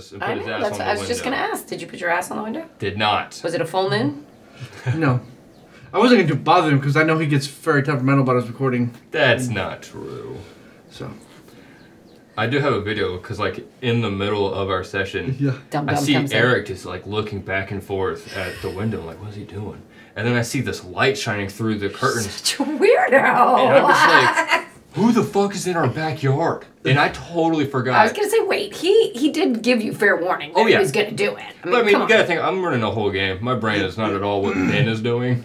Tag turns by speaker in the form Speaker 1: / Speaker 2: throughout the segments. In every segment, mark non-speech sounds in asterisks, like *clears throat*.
Speaker 1: that's
Speaker 2: on
Speaker 1: what
Speaker 2: the
Speaker 1: I was just
Speaker 2: window.
Speaker 1: gonna ask. Did you put your ass on the window?
Speaker 2: Did not.
Speaker 1: Was it a full moon?
Speaker 3: No. I wasn't going to bother him because I know he gets very temperamental about his recording.
Speaker 2: That's not true.
Speaker 3: So,
Speaker 2: I do have a video because, like, in the middle of our session,
Speaker 3: *laughs* yeah.
Speaker 1: Dum
Speaker 2: I
Speaker 1: dum
Speaker 2: see
Speaker 1: comes in.
Speaker 2: Eric just like looking back and forth at the window, like, what is he doing? And then I see this light shining through the curtains,
Speaker 1: Such a weirdo.
Speaker 2: and I'm
Speaker 1: *laughs*
Speaker 2: just like, who the fuck is in our backyard? And I totally forgot.
Speaker 1: I was gonna say, wait, he he did give you fair warning that
Speaker 2: Oh, yeah.
Speaker 1: he was gonna do it. I mean,
Speaker 2: But I mean,
Speaker 1: come
Speaker 2: you
Speaker 1: on.
Speaker 2: gotta think, I'm running a whole game. My brain is not at all what Ben is doing.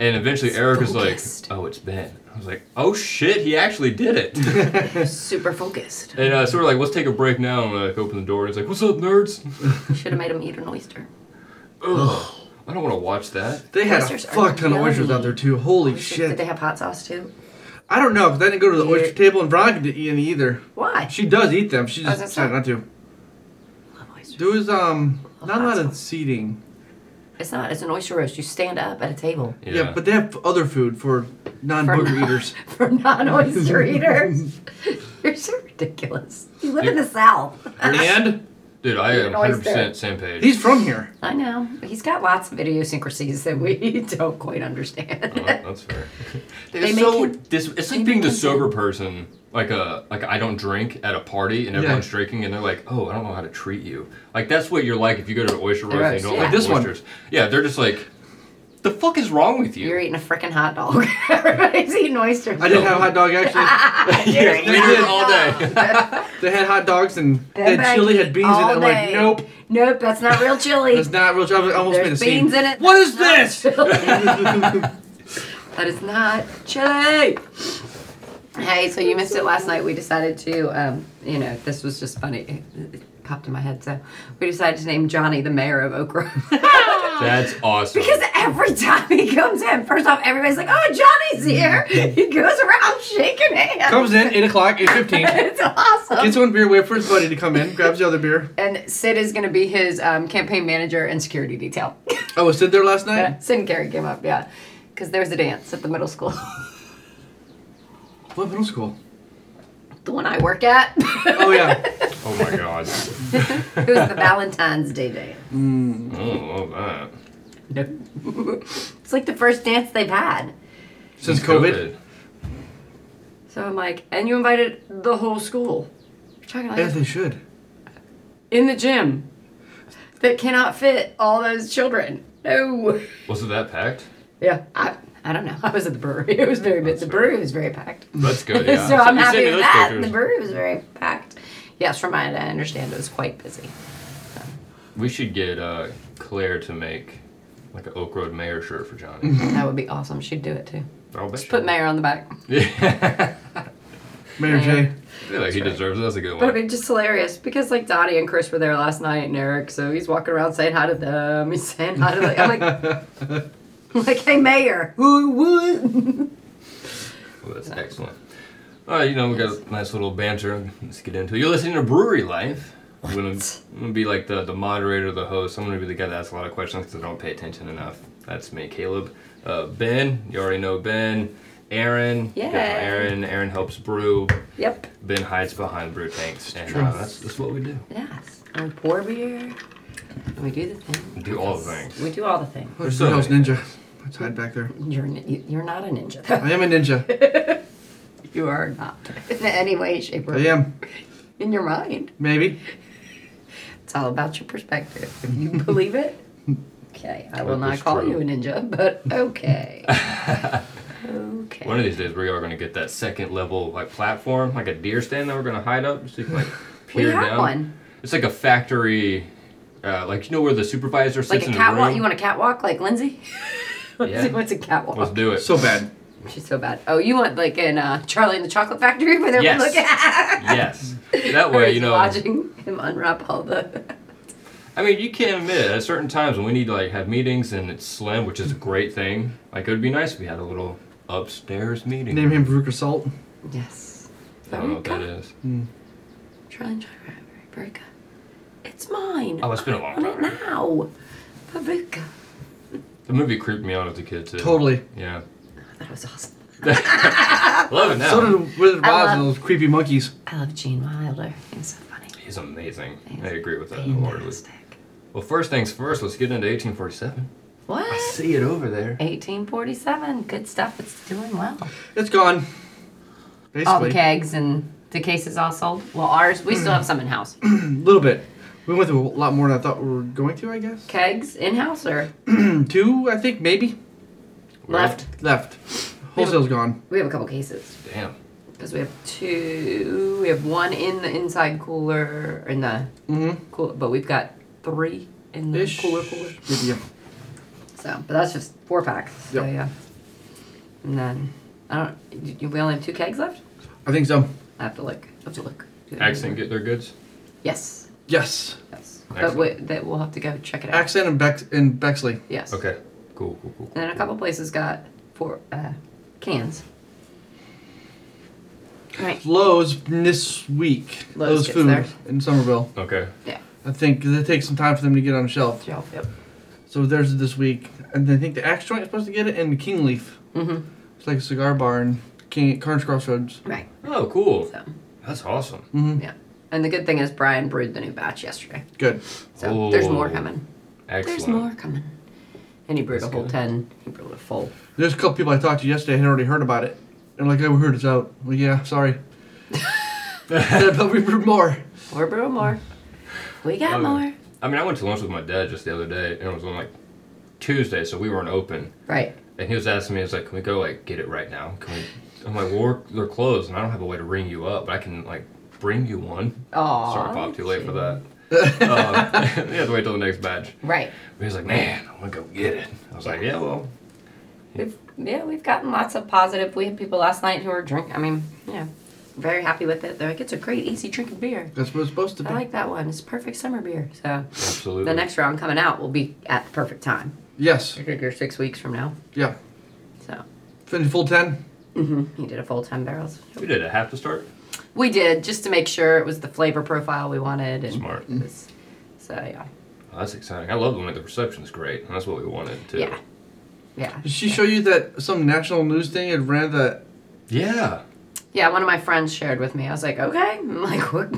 Speaker 2: And eventually Eric is like,
Speaker 1: Focused.
Speaker 2: oh, it's Ben. I was like, oh shit, he actually did it. *laughs*
Speaker 1: super focused.
Speaker 2: and uh, so we're like, let's take a break now. And I like, open the door. And it's like, what's up, nerds?
Speaker 1: Should have made him eat an oyster.
Speaker 2: Oh, Ugh, I don't wanna watch that.
Speaker 3: They had a
Speaker 1: Oysters are
Speaker 3: fuck ton of oysters out there too. Holy
Speaker 1: Did
Speaker 3: shit!
Speaker 1: they have hot sauce too?
Speaker 3: I don't know because I didn't go to the
Speaker 1: Yeah.
Speaker 3: oyster table and Veronica didn't eat any either.
Speaker 1: Why?
Speaker 3: She does eat them. She
Speaker 1: Oh,
Speaker 3: just
Speaker 1: that's
Speaker 3: decided
Speaker 1: not- Oh,
Speaker 3: not to.
Speaker 1: I love oysters.
Speaker 3: There was um not a lot
Speaker 1: Awesome.
Speaker 3: of seating.
Speaker 1: It's not. It's an oyster roast. You stand up at a table *laughs*
Speaker 3: Yeah. but they have other food for non-booger eaters.
Speaker 2: *laughs*
Speaker 1: for non-oyster eaters. *laughs* You're so ridiculous. You live in the south.
Speaker 3: and
Speaker 2: Dude, I am
Speaker 1: An oyster.
Speaker 2: 100% same page.
Speaker 3: he's from here.
Speaker 1: I know. He's got lots of idiosyncrasies that we *laughs* don't quite understand.
Speaker 2: Oh, that's fair. *laughs*
Speaker 1: They
Speaker 2: it's so
Speaker 1: make you-
Speaker 2: dis- it's
Speaker 1: they
Speaker 2: like being
Speaker 1: make
Speaker 2: the
Speaker 1: you-
Speaker 2: sober person, like a like I don't drink at a party and everyone's
Speaker 3: Yeah.
Speaker 2: drinking and they're like, oh, I don't know how to treat you. Like that's what you're like if you go to an oyster roast and you
Speaker 1: Roast,
Speaker 2: don't
Speaker 1: yeah.
Speaker 2: like
Speaker 3: Like this one.
Speaker 2: oysters. Yeah, they're just like, the fuck is wrong with you?
Speaker 1: You're eating a freaking hot dog. *laughs* Everybody's eating oysters.
Speaker 3: I didn't have a
Speaker 1: *laughs*
Speaker 3: hot dog actually.
Speaker 1: You're
Speaker 2: Yes,
Speaker 1: eating
Speaker 2: they
Speaker 1: a
Speaker 2: do it
Speaker 1: *laughs* hot
Speaker 2: all
Speaker 1: dog.
Speaker 2: day. *laughs*
Speaker 3: they had hot dogs and they
Speaker 1: That
Speaker 3: had chili, had beans in it.
Speaker 1: all
Speaker 3: I'm like,
Speaker 1: day.
Speaker 3: nope,
Speaker 1: Nope, that's not real chili.
Speaker 3: that's not real. I almost made a
Speaker 1: There's
Speaker 3: scene.
Speaker 1: beans in it.
Speaker 3: What is
Speaker 1: That's
Speaker 3: this?
Speaker 1: not chili. that is not chili. Hey, so you missed it last night. We decided to, um, you know, this was just funny. It- It popped in my head. So we decided to name Johnny the mayor of Oak
Speaker 3: *laughs*
Speaker 1: Grove.
Speaker 2: That's awesome.
Speaker 1: *laughs* Because every time he comes in, first off, everybody's like, "Oh, Johnny's here!" He goes around shaking hands.
Speaker 3: Mm-hmm. Comes in eight o'clock, eight fifteen.
Speaker 1: *laughs* It's awesome.
Speaker 3: Gets one beer, wait for his buddy to come in, grabs the other beer.
Speaker 1: and Sid is going to be his um, campaign manager and security detail. *laughs*
Speaker 3: I was Sid there last night.
Speaker 1: Sid and Carrie came up, yeah, because there was a dance at the middle school, *laughs*
Speaker 3: What middle school?
Speaker 1: the one I work at. *laughs* it
Speaker 3: Oh yeah.
Speaker 2: oh my god.
Speaker 1: was the Valentine's Day dance.
Speaker 2: oh, love that.
Speaker 1: *laughs* It's like the first dance they've had.
Speaker 3: *laughs* Since COVID.
Speaker 1: So I'm like, and you invited the whole school. You're talking like
Speaker 3: As they should.
Speaker 1: in the gym that cannot fit all those children. No.
Speaker 2: Was it that packed?
Speaker 1: Yeah, I, I don't know. I was at the brewery. *laughs* It was very big. The brewery was very packed.
Speaker 2: That's
Speaker 1: *laughs*
Speaker 2: good. Yeah.
Speaker 1: so I'm
Speaker 2: you sent
Speaker 1: happy
Speaker 2: me
Speaker 1: with
Speaker 2: those
Speaker 1: that.
Speaker 2: pictures.
Speaker 1: The brewery was very packed. Yes, from my I understand it was quite busy.
Speaker 2: we should get uh, Claire to make like an Oak Road Mayor shirt for
Speaker 1: *laughs*
Speaker 2: Johnny.
Speaker 1: That would be awesome. She'd do it too.
Speaker 2: I'll bet
Speaker 1: Just
Speaker 2: she
Speaker 1: put
Speaker 2: would.
Speaker 1: mayor on the back.
Speaker 2: *laughs* Yeah.
Speaker 3: Mayor J.
Speaker 2: I feel like he deserves it. That's a good one.
Speaker 1: But it'd be just hilarious because like Dottie and Chris were there last night and Eric, so he's walking around saying hi to them. He's saying hi to like I'm like
Speaker 2: *laughs*
Speaker 1: like hey mayor, who would?
Speaker 2: Well, Oh, that's excellent. All right, you know, we got a nice little banter. Let's get into it. You're listening to Brewery Life. I'm gonna, I'm gonna be like the, the moderator, the host. I'm gonna be the guy that asks a lot of questions because I don't pay attention enough. That's me, Caleb. Uh, ben, you already know Ben. Aaron, you guys know
Speaker 1: Yay.
Speaker 2: Aaron, Aaron helps brew.
Speaker 1: Yep.
Speaker 2: Ben hides behind brew tanks, and uh, that's, that's what we do.
Speaker 1: Yes. And we pour beer. And we do the
Speaker 2: We
Speaker 1: thing.
Speaker 2: do all the things.
Speaker 1: We do all the things.
Speaker 3: Where's
Speaker 2: so
Speaker 3: the house
Speaker 2: many.
Speaker 3: ninja? Let's hide back there.
Speaker 1: You're n- you- you're not a ninja though.
Speaker 3: I am a ninja.
Speaker 1: You are not in any way, shape, or
Speaker 3: I am.
Speaker 1: in your mind.
Speaker 3: Maybe.
Speaker 1: It's all about your perspective. If you believe it,
Speaker 2: *laughs*
Speaker 1: okay. I will
Speaker 2: That
Speaker 1: not
Speaker 2: is
Speaker 1: call
Speaker 2: true.
Speaker 1: you a ninja, but
Speaker 2: *laughs*
Speaker 1: okay. okay.
Speaker 2: One of these days, we are gonna get that second level like platform, like a deer stand that we're gonna hide up, just so you can like
Speaker 1: *laughs* We
Speaker 2: peer
Speaker 1: have
Speaker 2: down.
Speaker 1: one.
Speaker 2: It's like a factory, uh, like you know where the supervisor sits
Speaker 1: like a
Speaker 2: in the
Speaker 1: catwalk.
Speaker 2: room.
Speaker 1: You want a catwalk like Lindsay? *laughs* Let's
Speaker 2: Yeah.
Speaker 1: see what's a catwalk.
Speaker 2: Let's do it.
Speaker 3: So bad.
Speaker 1: She's so bad. Oh, you want like in uh, Charlie and the Chocolate Factory where they're
Speaker 2: Yes.
Speaker 1: looking
Speaker 2: *laughs*
Speaker 1: at
Speaker 2: yes, that way you know.
Speaker 1: watching him unwrap
Speaker 2: *laughs*
Speaker 1: all the.
Speaker 2: I mean, you can't admit it. At certain times when we need to like have meetings and it's slim, which is a great thing. Like it would be nice if we had a little upstairs meeting.
Speaker 3: Name him Brooker Salt.
Speaker 1: Yes.
Speaker 2: I don't know what that is.
Speaker 1: Try and try very good. It's mine.
Speaker 2: Oh, it's been a
Speaker 1: I
Speaker 2: long
Speaker 1: want it
Speaker 2: time.
Speaker 1: now. Babuka.
Speaker 2: The movie creeped me out as a kid too.
Speaker 3: Totally.
Speaker 2: Yeah.
Speaker 1: That was awesome.
Speaker 2: Love it now.
Speaker 3: So did Wizard of
Speaker 1: I
Speaker 3: Oz
Speaker 1: love-
Speaker 3: and those creepy monkeys.
Speaker 1: I love Gene Wilder. He's so funny.
Speaker 2: is amazing.
Speaker 1: It's
Speaker 2: I agree with that wholeheartedly.
Speaker 1: Fantastic.
Speaker 2: Well, first things first, let's get into 1847. I
Speaker 1: What?
Speaker 2: see it over there.
Speaker 1: 1847. Good stuff. It's doing well.
Speaker 3: It's gone.
Speaker 1: All the
Speaker 3: Basically,
Speaker 1: Oh, kegs and the cases all sold. Well, ours, we still have some in house.
Speaker 3: a little bit. We went through a lot more than I thought we were going to. I guess
Speaker 1: *clears throat*
Speaker 3: Hmm,
Speaker 1: Kegs in house or
Speaker 3: two, I think maybe
Speaker 1: left?
Speaker 3: left. Wholesale's gone.
Speaker 1: We have a couple cases
Speaker 2: Damn.
Speaker 1: because we have two. We have one in the inside cooler in the
Speaker 3: Mm-hmm.
Speaker 1: cooler, but we've got three in the
Speaker 3: Ish.
Speaker 1: cooler cooler.
Speaker 3: Yeah.
Speaker 1: So, but that's just four packs. So
Speaker 3: Yep.
Speaker 1: yeah. And then I don't. You, you- we only have two kegs left.
Speaker 3: I think so.
Speaker 1: I have to look. I have to look.
Speaker 2: Accent get their goods.
Speaker 1: Yes.
Speaker 3: Yes.
Speaker 1: Yes. But we,
Speaker 2: Excellent.
Speaker 1: that we'll have to go check it out.
Speaker 3: Accent and Bex and Bexley.
Speaker 1: Yes.
Speaker 2: Okay. Cool, cool, cool.
Speaker 1: And then a couple places got four uh, cans. Right.
Speaker 3: Lowe's this week.
Speaker 1: Lowe's
Speaker 3: Lowe's,
Speaker 1: gets
Speaker 3: food
Speaker 1: there.
Speaker 3: in Somerville.
Speaker 2: Okay.
Speaker 1: Yeah.
Speaker 3: I think 'cause it takes some time for them to get on a shelf.
Speaker 1: Shelf. Yep.
Speaker 3: So there's this week, and I think the Axe Joint is supposed to get it, and the King Leaf.
Speaker 1: Mm-hmm.
Speaker 3: It's like a cigar bar in King Carnes Crossroads.
Speaker 1: Right.
Speaker 2: Oh, cool.
Speaker 1: So
Speaker 2: That's awesome.
Speaker 3: Mm-hmm.
Speaker 1: yeah. And the good thing is Brian brewed the new batch yesterday,
Speaker 3: Good.
Speaker 1: so there's more
Speaker 2: Ooh.
Speaker 1: coming.
Speaker 2: Excellent.
Speaker 1: There's more coming. And he brewed
Speaker 2: That's
Speaker 1: a whole
Speaker 2: good.
Speaker 1: ten. He brewed a full.
Speaker 3: There's a couple people I talked to yesterday had already heard about it. They're like, "I heard it's out." Well,
Speaker 1: *laughs*
Speaker 3: yeah, sorry. Said, but we brewed more.
Speaker 1: Or brew more. We got
Speaker 2: Oh.
Speaker 1: more.
Speaker 2: I mean, I went to lunch with my dad just the other day, and it was on like Tuesday, so we weren't open.
Speaker 1: Right.
Speaker 2: And he was asking me, he's like, "Can we go like get it right now?" Can *laughs* we? I'm like, "Well, we're, they're closed, and I don't have a way to ring you up, but I can like bring you one."
Speaker 1: Oh.
Speaker 2: Sorry, Pop, too late for that. uh, *laughs* we had to wait till the next batch.
Speaker 1: Right.
Speaker 2: But he was like, "Man, I want to go get it." I was like, "Yeah, well,
Speaker 1: We've, yeah, we've gotten lots of positive. We had people last night who were drinking. I mean, yeah, very happy with it. They're like, it's a great, easy drinking beer.
Speaker 3: That's what it's supposed to be.
Speaker 1: I like that one. It's perfect summer beer. So
Speaker 2: absolutely."
Speaker 1: the next round coming out will be at the perfect time.
Speaker 3: yes.
Speaker 1: I think you're six weeks from now.
Speaker 3: Yeah.
Speaker 1: So
Speaker 3: Finished full ten.
Speaker 1: hmm he did a full ten barrels.
Speaker 2: we did a half to start.
Speaker 1: We did just to make sure it was the flavor profile we wanted. And
Speaker 2: Smart.
Speaker 1: it was- so yeah,
Speaker 2: Oh, that's exciting. I love the one. The reception's great, and that's what we wanted too.
Speaker 1: yeah, yeah,
Speaker 3: Did she show you that some national news thing had ran that?
Speaker 2: Yeah.
Speaker 1: yeah. One of my friends shared with me. I was like, okay, I'm like, what?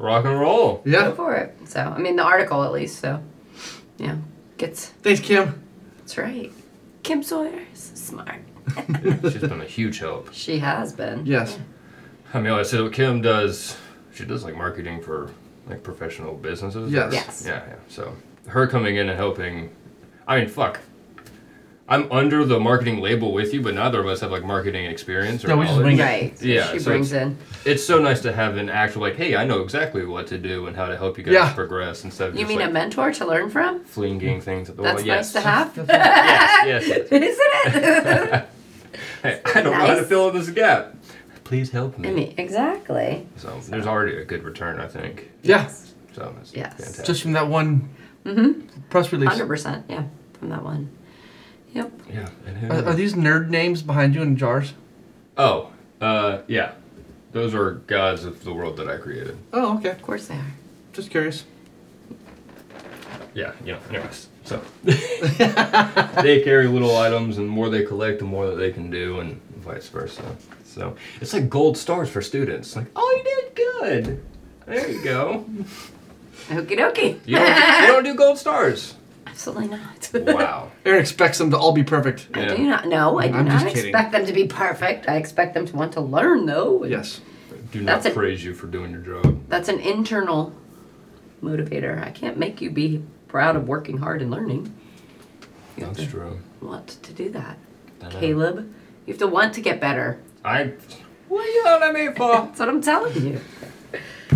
Speaker 2: Rock and roll. *laughs*
Speaker 1: *laughs* Go
Speaker 3: Yeah.
Speaker 1: for it. So I mean, the article at least. So yeah, gets
Speaker 3: Thanks, Kim.
Speaker 1: That's right. Kim Sawyer is smart.
Speaker 2: She's been a huge help.
Speaker 1: She has been.
Speaker 3: Yes.
Speaker 2: I mean, I said what Kim does. She does like marketing for like professional businesses.
Speaker 3: Yes.
Speaker 1: Yes.
Speaker 2: Yeah, yeah. So her coming in and helping. I mean, fuck. I'm under the marketing label with you, but neither of us have like marketing experience or
Speaker 3: No, we just
Speaker 2: knowledge.
Speaker 3: wing it.
Speaker 1: Right.
Speaker 2: Yeah,
Speaker 1: She
Speaker 2: so
Speaker 1: brings in.
Speaker 2: It's so nice to have an actual like, hey, I know exactly what to do and how to help you guys
Speaker 3: Yeah.
Speaker 2: progress instead of
Speaker 1: You
Speaker 2: just
Speaker 1: mean
Speaker 2: like
Speaker 1: a mentor to learn from?
Speaker 2: flinging things at the
Speaker 1: That's
Speaker 2: wall. Yes.
Speaker 1: nice to have.
Speaker 2: *laughs* yes, yes, yes.
Speaker 1: Isn't it?
Speaker 2: *laughs* Hey, *laughs* I don't know how to
Speaker 1: Nice.
Speaker 2: fill in this gap. Please help
Speaker 1: I mean, exactly.
Speaker 2: So there's already a good return, I think.
Speaker 3: Yeah.
Speaker 2: So that's
Speaker 1: Yes.
Speaker 2: fantastic.
Speaker 3: *laughs* Just from that one
Speaker 1: Mm-hmm.
Speaker 3: press release.
Speaker 1: Hundred percent. Yeah, from that one. Yep.
Speaker 2: yeah. And who
Speaker 1: uh,
Speaker 3: Are, are these nerd names behind you in jars?
Speaker 2: Oh, uh, yeah. Those are gods of the world that I created.
Speaker 3: Oh, okay.
Speaker 1: Of course they are.
Speaker 3: Just curious.
Speaker 2: Yeah, you know, anyways. *laughs* So they carry little items, and the more they collect, the more that they can do, and vice versa. So it's like gold stars for students. Like, oh, you did good. There you go.
Speaker 1: Okie dokie.
Speaker 2: You don't,
Speaker 1: *laughs*
Speaker 2: you don't do gold stars.
Speaker 1: Absolutely not.
Speaker 2: *laughs* Wow.
Speaker 3: Aaron expects them to all be perfect.
Speaker 1: I
Speaker 2: Yeah.
Speaker 1: do not. No, I do
Speaker 3: I'm
Speaker 1: not
Speaker 3: just kidding.
Speaker 1: expect them to be perfect. I expect them to want to learn, though. and
Speaker 3: Yes.
Speaker 2: Do not
Speaker 1: That's a-
Speaker 2: praise you for doing your job.
Speaker 1: That's an internal motivator. I can't make you be proud of working hard and learning. You have
Speaker 2: That's
Speaker 1: to
Speaker 2: true.
Speaker 1: want to do that.
Speaker 2: I know.
Speaker 1: Caleb, you have to want to get better.
Speaker 2: I. What are you yelling at me for?
Speaker 1: That's what I'm telling you. You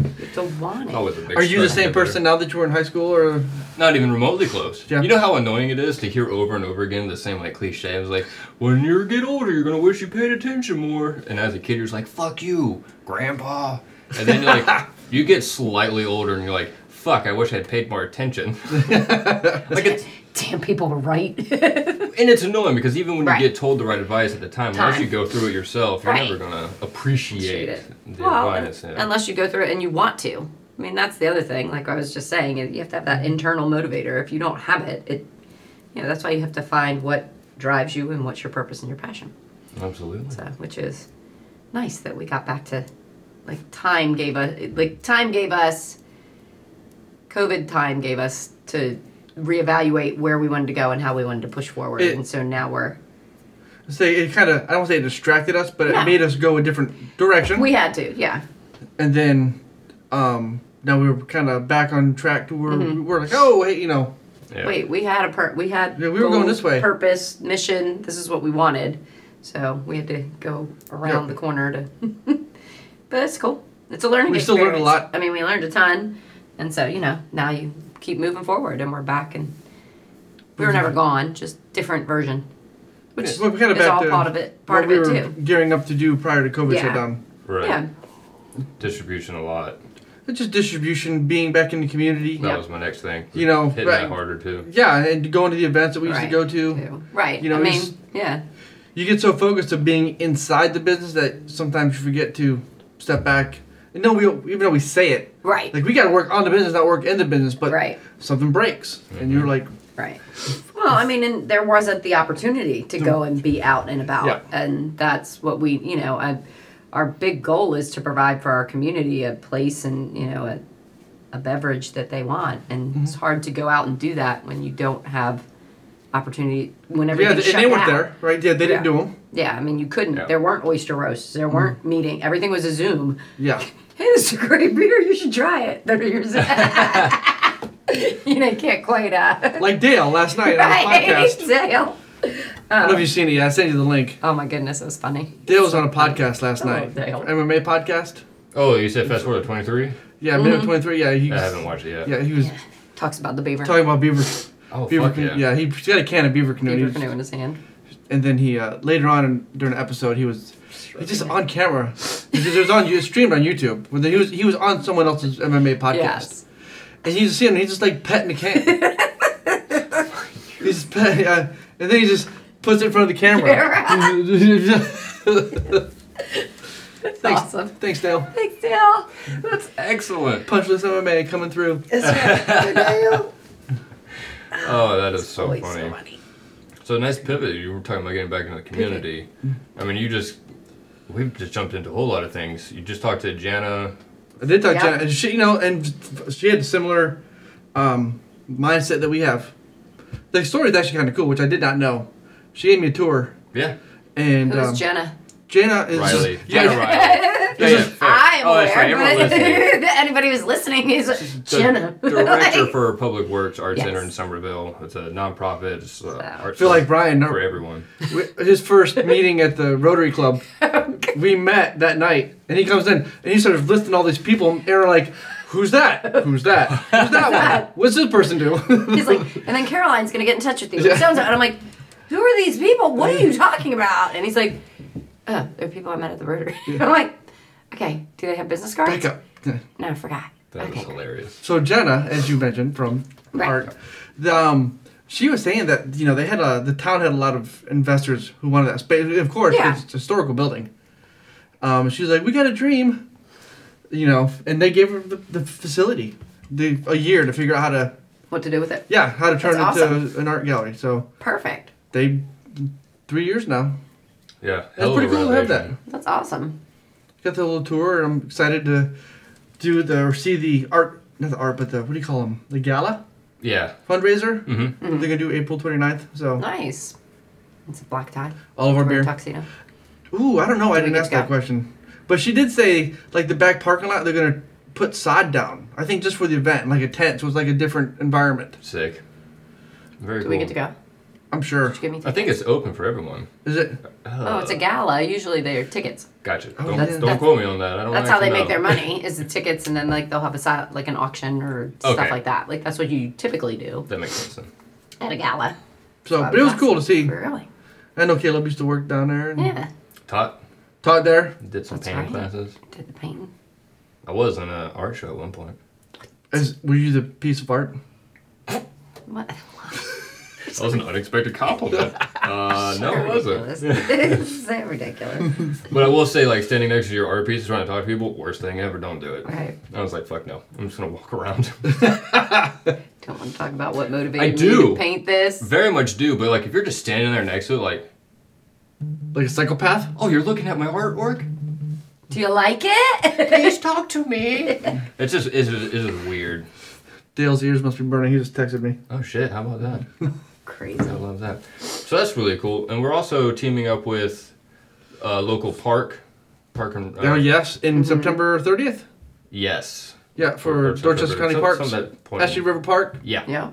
Speaker 1: have to want it.
Speaker 2: Always a big
Speaker 3: Are you the
Speaker 2: stress
Speaker 3: same
Speaker 2: inhibitor.
Speaker 3: person now that you were in high school, or
Speaker 2: Not even remotely close.
Speaker 3: Yeah.
Speaker 2: You know how annoying it is to hear over and over again the same like cliche. I was like, when you get older, you're gonna wish you paid attention more. And as a kid, you're just like, fuck you, grandpa. And then you're *laughs* like, you get slightly older and you're like, fuck, I wish I had paid more attention. *laughs* like it's
Speaker 1: Damn, people were right. *laughs* right.
Speaker 2: and it's annoying because even when
Speaker 1: Right.
Speaker 2: you get told the right advice at the time, unless
Speaker 1: Time.
Speaker 2: you go through it yourself, you're
Speaker 1: Right.
Speaker 2: never gonna appreciate
Speaker 1: Appreciate
Speaker 2: the
Speaker 1: Well,
Speaker 2: advice. yeah.
Speaker 1: unless you go through it and you want to. I mean, that's the other thing. Like I was just saying, you have to have that internal motivator. If you don't have it, it, you know, that's why you have to find what drives you and what's your purpose and your passion.
Speaker 2: Absolutely.
Speaker 1: So, uh, which is nice that we got back to, like, time gave us, like, time gave us COVID time gave us to reevaluate where we wanted to go and how we wanted to push forward.
Speaker 3: It-
Speaker 1: and so now we're
Speaker 3: Say it kind of. I don't want to say it distracted us, but it
Speaker 1: No.
Speaker 3: made us go a different direction.
Speaker 1: we had to, yeah.
Speaker 3: and then, um, now we were kind of back on track to where we
Speaker 1: Mm-hmm.
Speaker 3: were like, oh, hey, you know,
Speaker 2: Yeah.
Speaker 1: Wait, we had a per- we had
Speaker 3: Yeah, we were going this way.
Speaker 1: Purpose, mission. This is what we wanted. So we had to go around
Speaker 3: Yep.
Speaker 1: the corner to. *laughs* but it's cool. It's a learning.
Speaker 3: We still learned a
Speaker 1: experience.
Speaker 3: lot.
Speaker 1: I mean, we learned a ton, and so you know now you keep moving forward, and we're back, and we
Speaker 3: Mm-hmm.
Speaker 1: were never gone, just different version, which
Speaker 3: Well, we kinda
Speaker 1: is
Speaker 3: back
Speaker 1: all
Speaker 3: to
Speaker 1: part of it. Part of
Speaker 3: what
Speaker 1: it
Speaker 3: we were
Speaker 1: too.
Speaker 3: gearing up to do prior to COVID
Speaker 1: Yeah.
Speaker 3: shutdown.
Speaker 2: Right.
Speaker 1: Yeah.
Speaker 2: Distribution a lot.
Speaker 3: It's just distribution, being back in the community.
Speaker 2: That
Speaker 1: Yeah.
Speaker 2: was my next thing.
Speaker 3: You know,
Speaker 2: hitting
Speaker 3: right.
Speaker 2: that harder too.
Speaker 3: Yeah, and going to the events that we used
Speaker 1: right.
Speaker 3: to go to.
Speaker 1: too. Right.
Speaker 3: You know,
Speaker 1: I mean,
Speaker 3: it's-
Speaker 1: yeah.
Speaker 3: You get so focused of being inside the business that sometimes you forget to step back. And no, we even though we say it,
Speaker 1: Right.
Speaker 3: like we got to work on the business, not work in the business. But
Speaker 1: Right.
Speaker 3: something breaks, and
Speaker 2: Mm-hmm.
Speaker 3: you're like,
Speaker 1: Right. Well, I mean, and there wasn't the opportunity to go and be out and about,
Speaker 3: Yeah.
Speaker 1: and that's what we, you know, I, our big goal is to provide for our community a place and you know a, a beverage that they want, and
Speaker 3: Mm-hmm.
Speaker 1: it's hard to go out and do that when you don't have opportunity when
Speaker 3: yeah,
Speaker 1: everything's
Speaker 3: and
Speaker 1: shut
Speaker 3: they weren't
Speaker 1: down.
Speaker 3: there, right? Yeah, they didn't
Speaker 1: Yeah.
Speaker 3: do them.
Speaker 1: Yeah, I mean, you couldn't.
Speaker 2: Yeah.
Speaker 1: There weren't oyster roasts. There
Speaker 3: Mm-hmm.
Speaker 1: weren't meeting. Everything was a Zoom.
Speaker 3: Yeah,
Speaker 1: *laughs* Hey, this is a great beer. You should try it. *laughs* There it is.
Speaker 3: *laughs*
Speaker 1: you know, you can't quite. Uh,
Speaker 3: like Dale last night on the podcast.
Speaker 1: *laughs* Dale.
Speaker 3: I don't know if you've seen it. yet. I sent you the link.
Speaker 1: Oh my goodness, it was funny.
Speaker 3: Dale was on a podcast last night,
Speaker 1: Oh, Dale.
Speaker 3: MMA podcast.
Speaker 2: Oh, you said fast forward to 23?
Speaker 3: Yeah, minute
Speaker 1: Mm-hmm.
Speaker 3: twenty three. Yeah, he.
Speaker 2: I
Speaker 3: was-
Speaker 2: haven't watched it yet.
Speaker 3: Yeah, he was
Speaker 1: Talks about the beaver.
Speaker 3: talking about beavers.
Speaker 2: Oh,
Speaker 3: Beaver
Speaker 2: fuck
Speaker 3: canoe.
Speaker 2: yeah.
Speaker 3: Yeah, he- he's got a can of beaver canoe. and
Speaker 1: beaver
Speaker 3: he was-
Speaker 1: canoe in his hand.
Speaker 3: and then he uh, later on in, during an episode he was he's just on camera because it was on it streamed on YouTube. When he was he was on someone else's MMA podcast,
Speaker 1: Yes.
Speaker 3: and you just see him. He's just like petting the can.
Speaker 1: *laughs*
Speaker 3: he's just pet, yeah, and then he just puts it in front of the
Speaker 1: *laughs*
Speaker 3: camera.
Speaker 1: That's
Speaker 3: Thanks.
Speaker 1: awesome.
Speaker 3: Thanks, Dale.
Speaker 1: Thanks, Dale.
Speaker 2: That's excellent.
Speaker 3: Punchless MMA coming through.
Speaker 2: *laughs* Oh, that is so
Speaker 1: Always
Speaker 2: funny.
Speaker 1: funny.
Speaker 2: So nice pivot. You were talking about getting back into the community. I mean, you just we've just jumped into a whole lot of things. You just talked to Jana.
Speaker 3: I did talk
Speaker 1: Yeah.
Speaker 3: to Jenna, and she, you know, and she had a similar um, mindset that we have. The story is actually kind of cool, which I did not know. She gave me a tour,
Speaker 2: Yeah,
Speaker 3: and
Speaker 1: Who's
Speaker 3: um,
Speaker 1: Jenna?
Speaker 3: Jana is *laughs*
Speaker 2: Riley.
Speaker 3: Yeah,
Speaker 2: Jana
Speaker 1: *laughs*
Speaker 2: Riley. Yeah, yeah, fair.
Speaker 1: I am
Speaker 2: Oh, that's right.
Speaker 1: aware,
Speaker 2: Everyone
Speaker 1: but *laughs*
Speaker 2: listening.
Speaker 1: anybody who's listening is
Speaker 2: The
Speaker 1: Jenna. *laughs*
Speaker 2: director for Public Works Art Center in
Speaker 1: Yes.
Speaker 2: Somerville. It's a nonprofit. It's uh, art
Speaker 3: feel like
Speaker 2: center
Speaker 3: Brian.
Speaker 2: for
Speaker 3: no-
Speaker 2: everyone.
Speaker 3: we- His first meeting at the Rotary Club, we met that night, and he comes in and he starts listing all these people, and we're like, "Who's that? Who's that? Who's that one? What's this person do?" *laughs*
Speaker 1: He's like,
Speaker 2: *laughs*
Speaker 1: and then Caroline's gonna get in touch with you. It sounds, and I'm like, who are these people? What
Speaker 2: *laughs*
Speaker 1: are you talking about? And he's like, oh, they're people I met at the Rotary. *laughs* I'm like, okay, do they have business cards?
Speaker 3: Back up.
Speaker 1: No, I forgot.
Speaker 2: That was
Speaker 1: okay.
Speaker 2: hilarious.
Speaker 3: So Jenna, as you mentioned from
Speaker 1: Right.
Speaker 3: art, the, um, she was saying that you know they had a the town had a lot of investors who wanted that space. Of course,
Speaker 1: Yeah.
Speaker 3: it's a historical building. Um, she was like, "We got a dream," you know, and they gave her the, the facility, the a year to figure out how to
Speaker 1: What to do with it?
Speaker 3: yeah how to turn
Speaker 1: That's
Speaker 3: it into an art gallery. So
Speaker 1: Perfect.
Speaker 3: they three years now.
Speaker 2: Yeah,
Speaker 3: That's
Speaker 2: hell of a
Speaker 3: pretty cool to have that.
Speaker 2: renovation.
Speaker 1: That's awesome.
Speaker 3: Got the little tour. and I'm excited to do the or see the art not the art but the what do you call them the gala
Speaker 2: Yeah,
Speaker 3: fundraiser.
Speaker 2: Mm-hmm.
Speaker 3: They're gonna do April 29th. So
Speaker 1: Nice. It's a black tie.
Speaker 3: all of our
Speaker 1: Wear a
Speaker 3: beer.
Speaker 1: Tuxedo.
Speaker 3: Ooh, I don't know. I
Speaker 1: we
Speaker 3: didn't
Speaker 1: get
Speaker 3: ask
Speaker 1: to go?
Speaker 3: that question. But she did say like the back parking lot they're gonna put sod down. I think just for the event, like a tent, so it's like a different environment.
Speaker 2: sick. Very
Speaker 1: Do
Speaker 2: cool.
Speaker 1: we get to go?
Speaker 3: I'm sure.
Speaker 1: Did you give me
Speaker 2: I think it's open for everyone.
Speaker 3: Is it?
Speaker 1: Oh, it's a gala. Usually they are tickets.
Speaker 2: Gotcha.
Speaker 3: Oh,
Speaker 2: Don't,
Speaker 3: that's-
Speaker 2: don't
Speaker 1: that's-
Speaker 2: quote me on that. I don't.
Speaker 1: That's how they
Speaker 2: actually
Speaker 1: make their
Speaker 2: know.
Speaker 1: money is the tickets, and then like they'll have a si- like an auction or stuff
Speaker 2: Okay.
Speaker 1: like that. Like that's what you typically do
Speaker 2: That makes sense. Then.
Speaker 1: at a gala.
Speaker 3: So, but it was cool to see. Hmm.
Speaker 1: Really?
Speaker 3: I know Caleb used to work down there and
Speaker 1: Yeah.
Speaker 2: Taught,
Speaker 3: taught there.
Speaker 2: did some
Speaker 1: That's
Speaker 2: painting
Speaker 1: right.
Speaker 2: classes.
Speaker 1: Did the painting.
Speaker 2: I was in an art show at one point.
Speaker 3: As were you the piece of art?
Speaker 1: What? *laughs*
Speaker 2: That was an unexpected compliment. Uh, no, it wasn't.
Speaker 1: ridiculous. *laughs* It's so ridiculous.
Speaker 2: But I will say, like, standing next to your art piece trying to talk to people, worst thing ever, don't do it.
Speaker 1: Right.
Speaker 2: I was like, fuck no. I'm just going to walk around. *laughs*
Speaker 1: Don't want to talk about what motivated
Speaker 2: I
Speaker 1: me
Speaker 2: do.
Speaker 1: to paint this.
Speaker 2: Very much do, but, like, if you're just standing there next to it, like,
Speaker 3: Like a psychopath?
Speaker 2: oh, you're looking at my artwork?
Speaker 1: Do you like it? *laughs*
Speaker 2: Please talk to me. It's just, it's, just- it's just weird.
Speaker 3: Dale's ears must be burning. He just texted me.
Speaker 2: Oh shit! How about that? I
Speaker 1: Crazy.
Speaker 2: love that. So that's really cool. And we're also teaming up with a local park, park and uh,
Speaker 3: oh yes, in September 30th.
Speaker 2: yes,
Speaker 3: Yeah,
Speaker 2: Or-
Speaker 3: for
Speaker 2: or
Speaker 3: Dorchester
Speaker 2: September-
Speaker 3: County
Speaker 2: some-
Speaker 3: Parks,
Speaker 2: some that point.
Speaker 3: Ashley River Park.
Speaker 2: yeah,
Speaker 1: Yeah.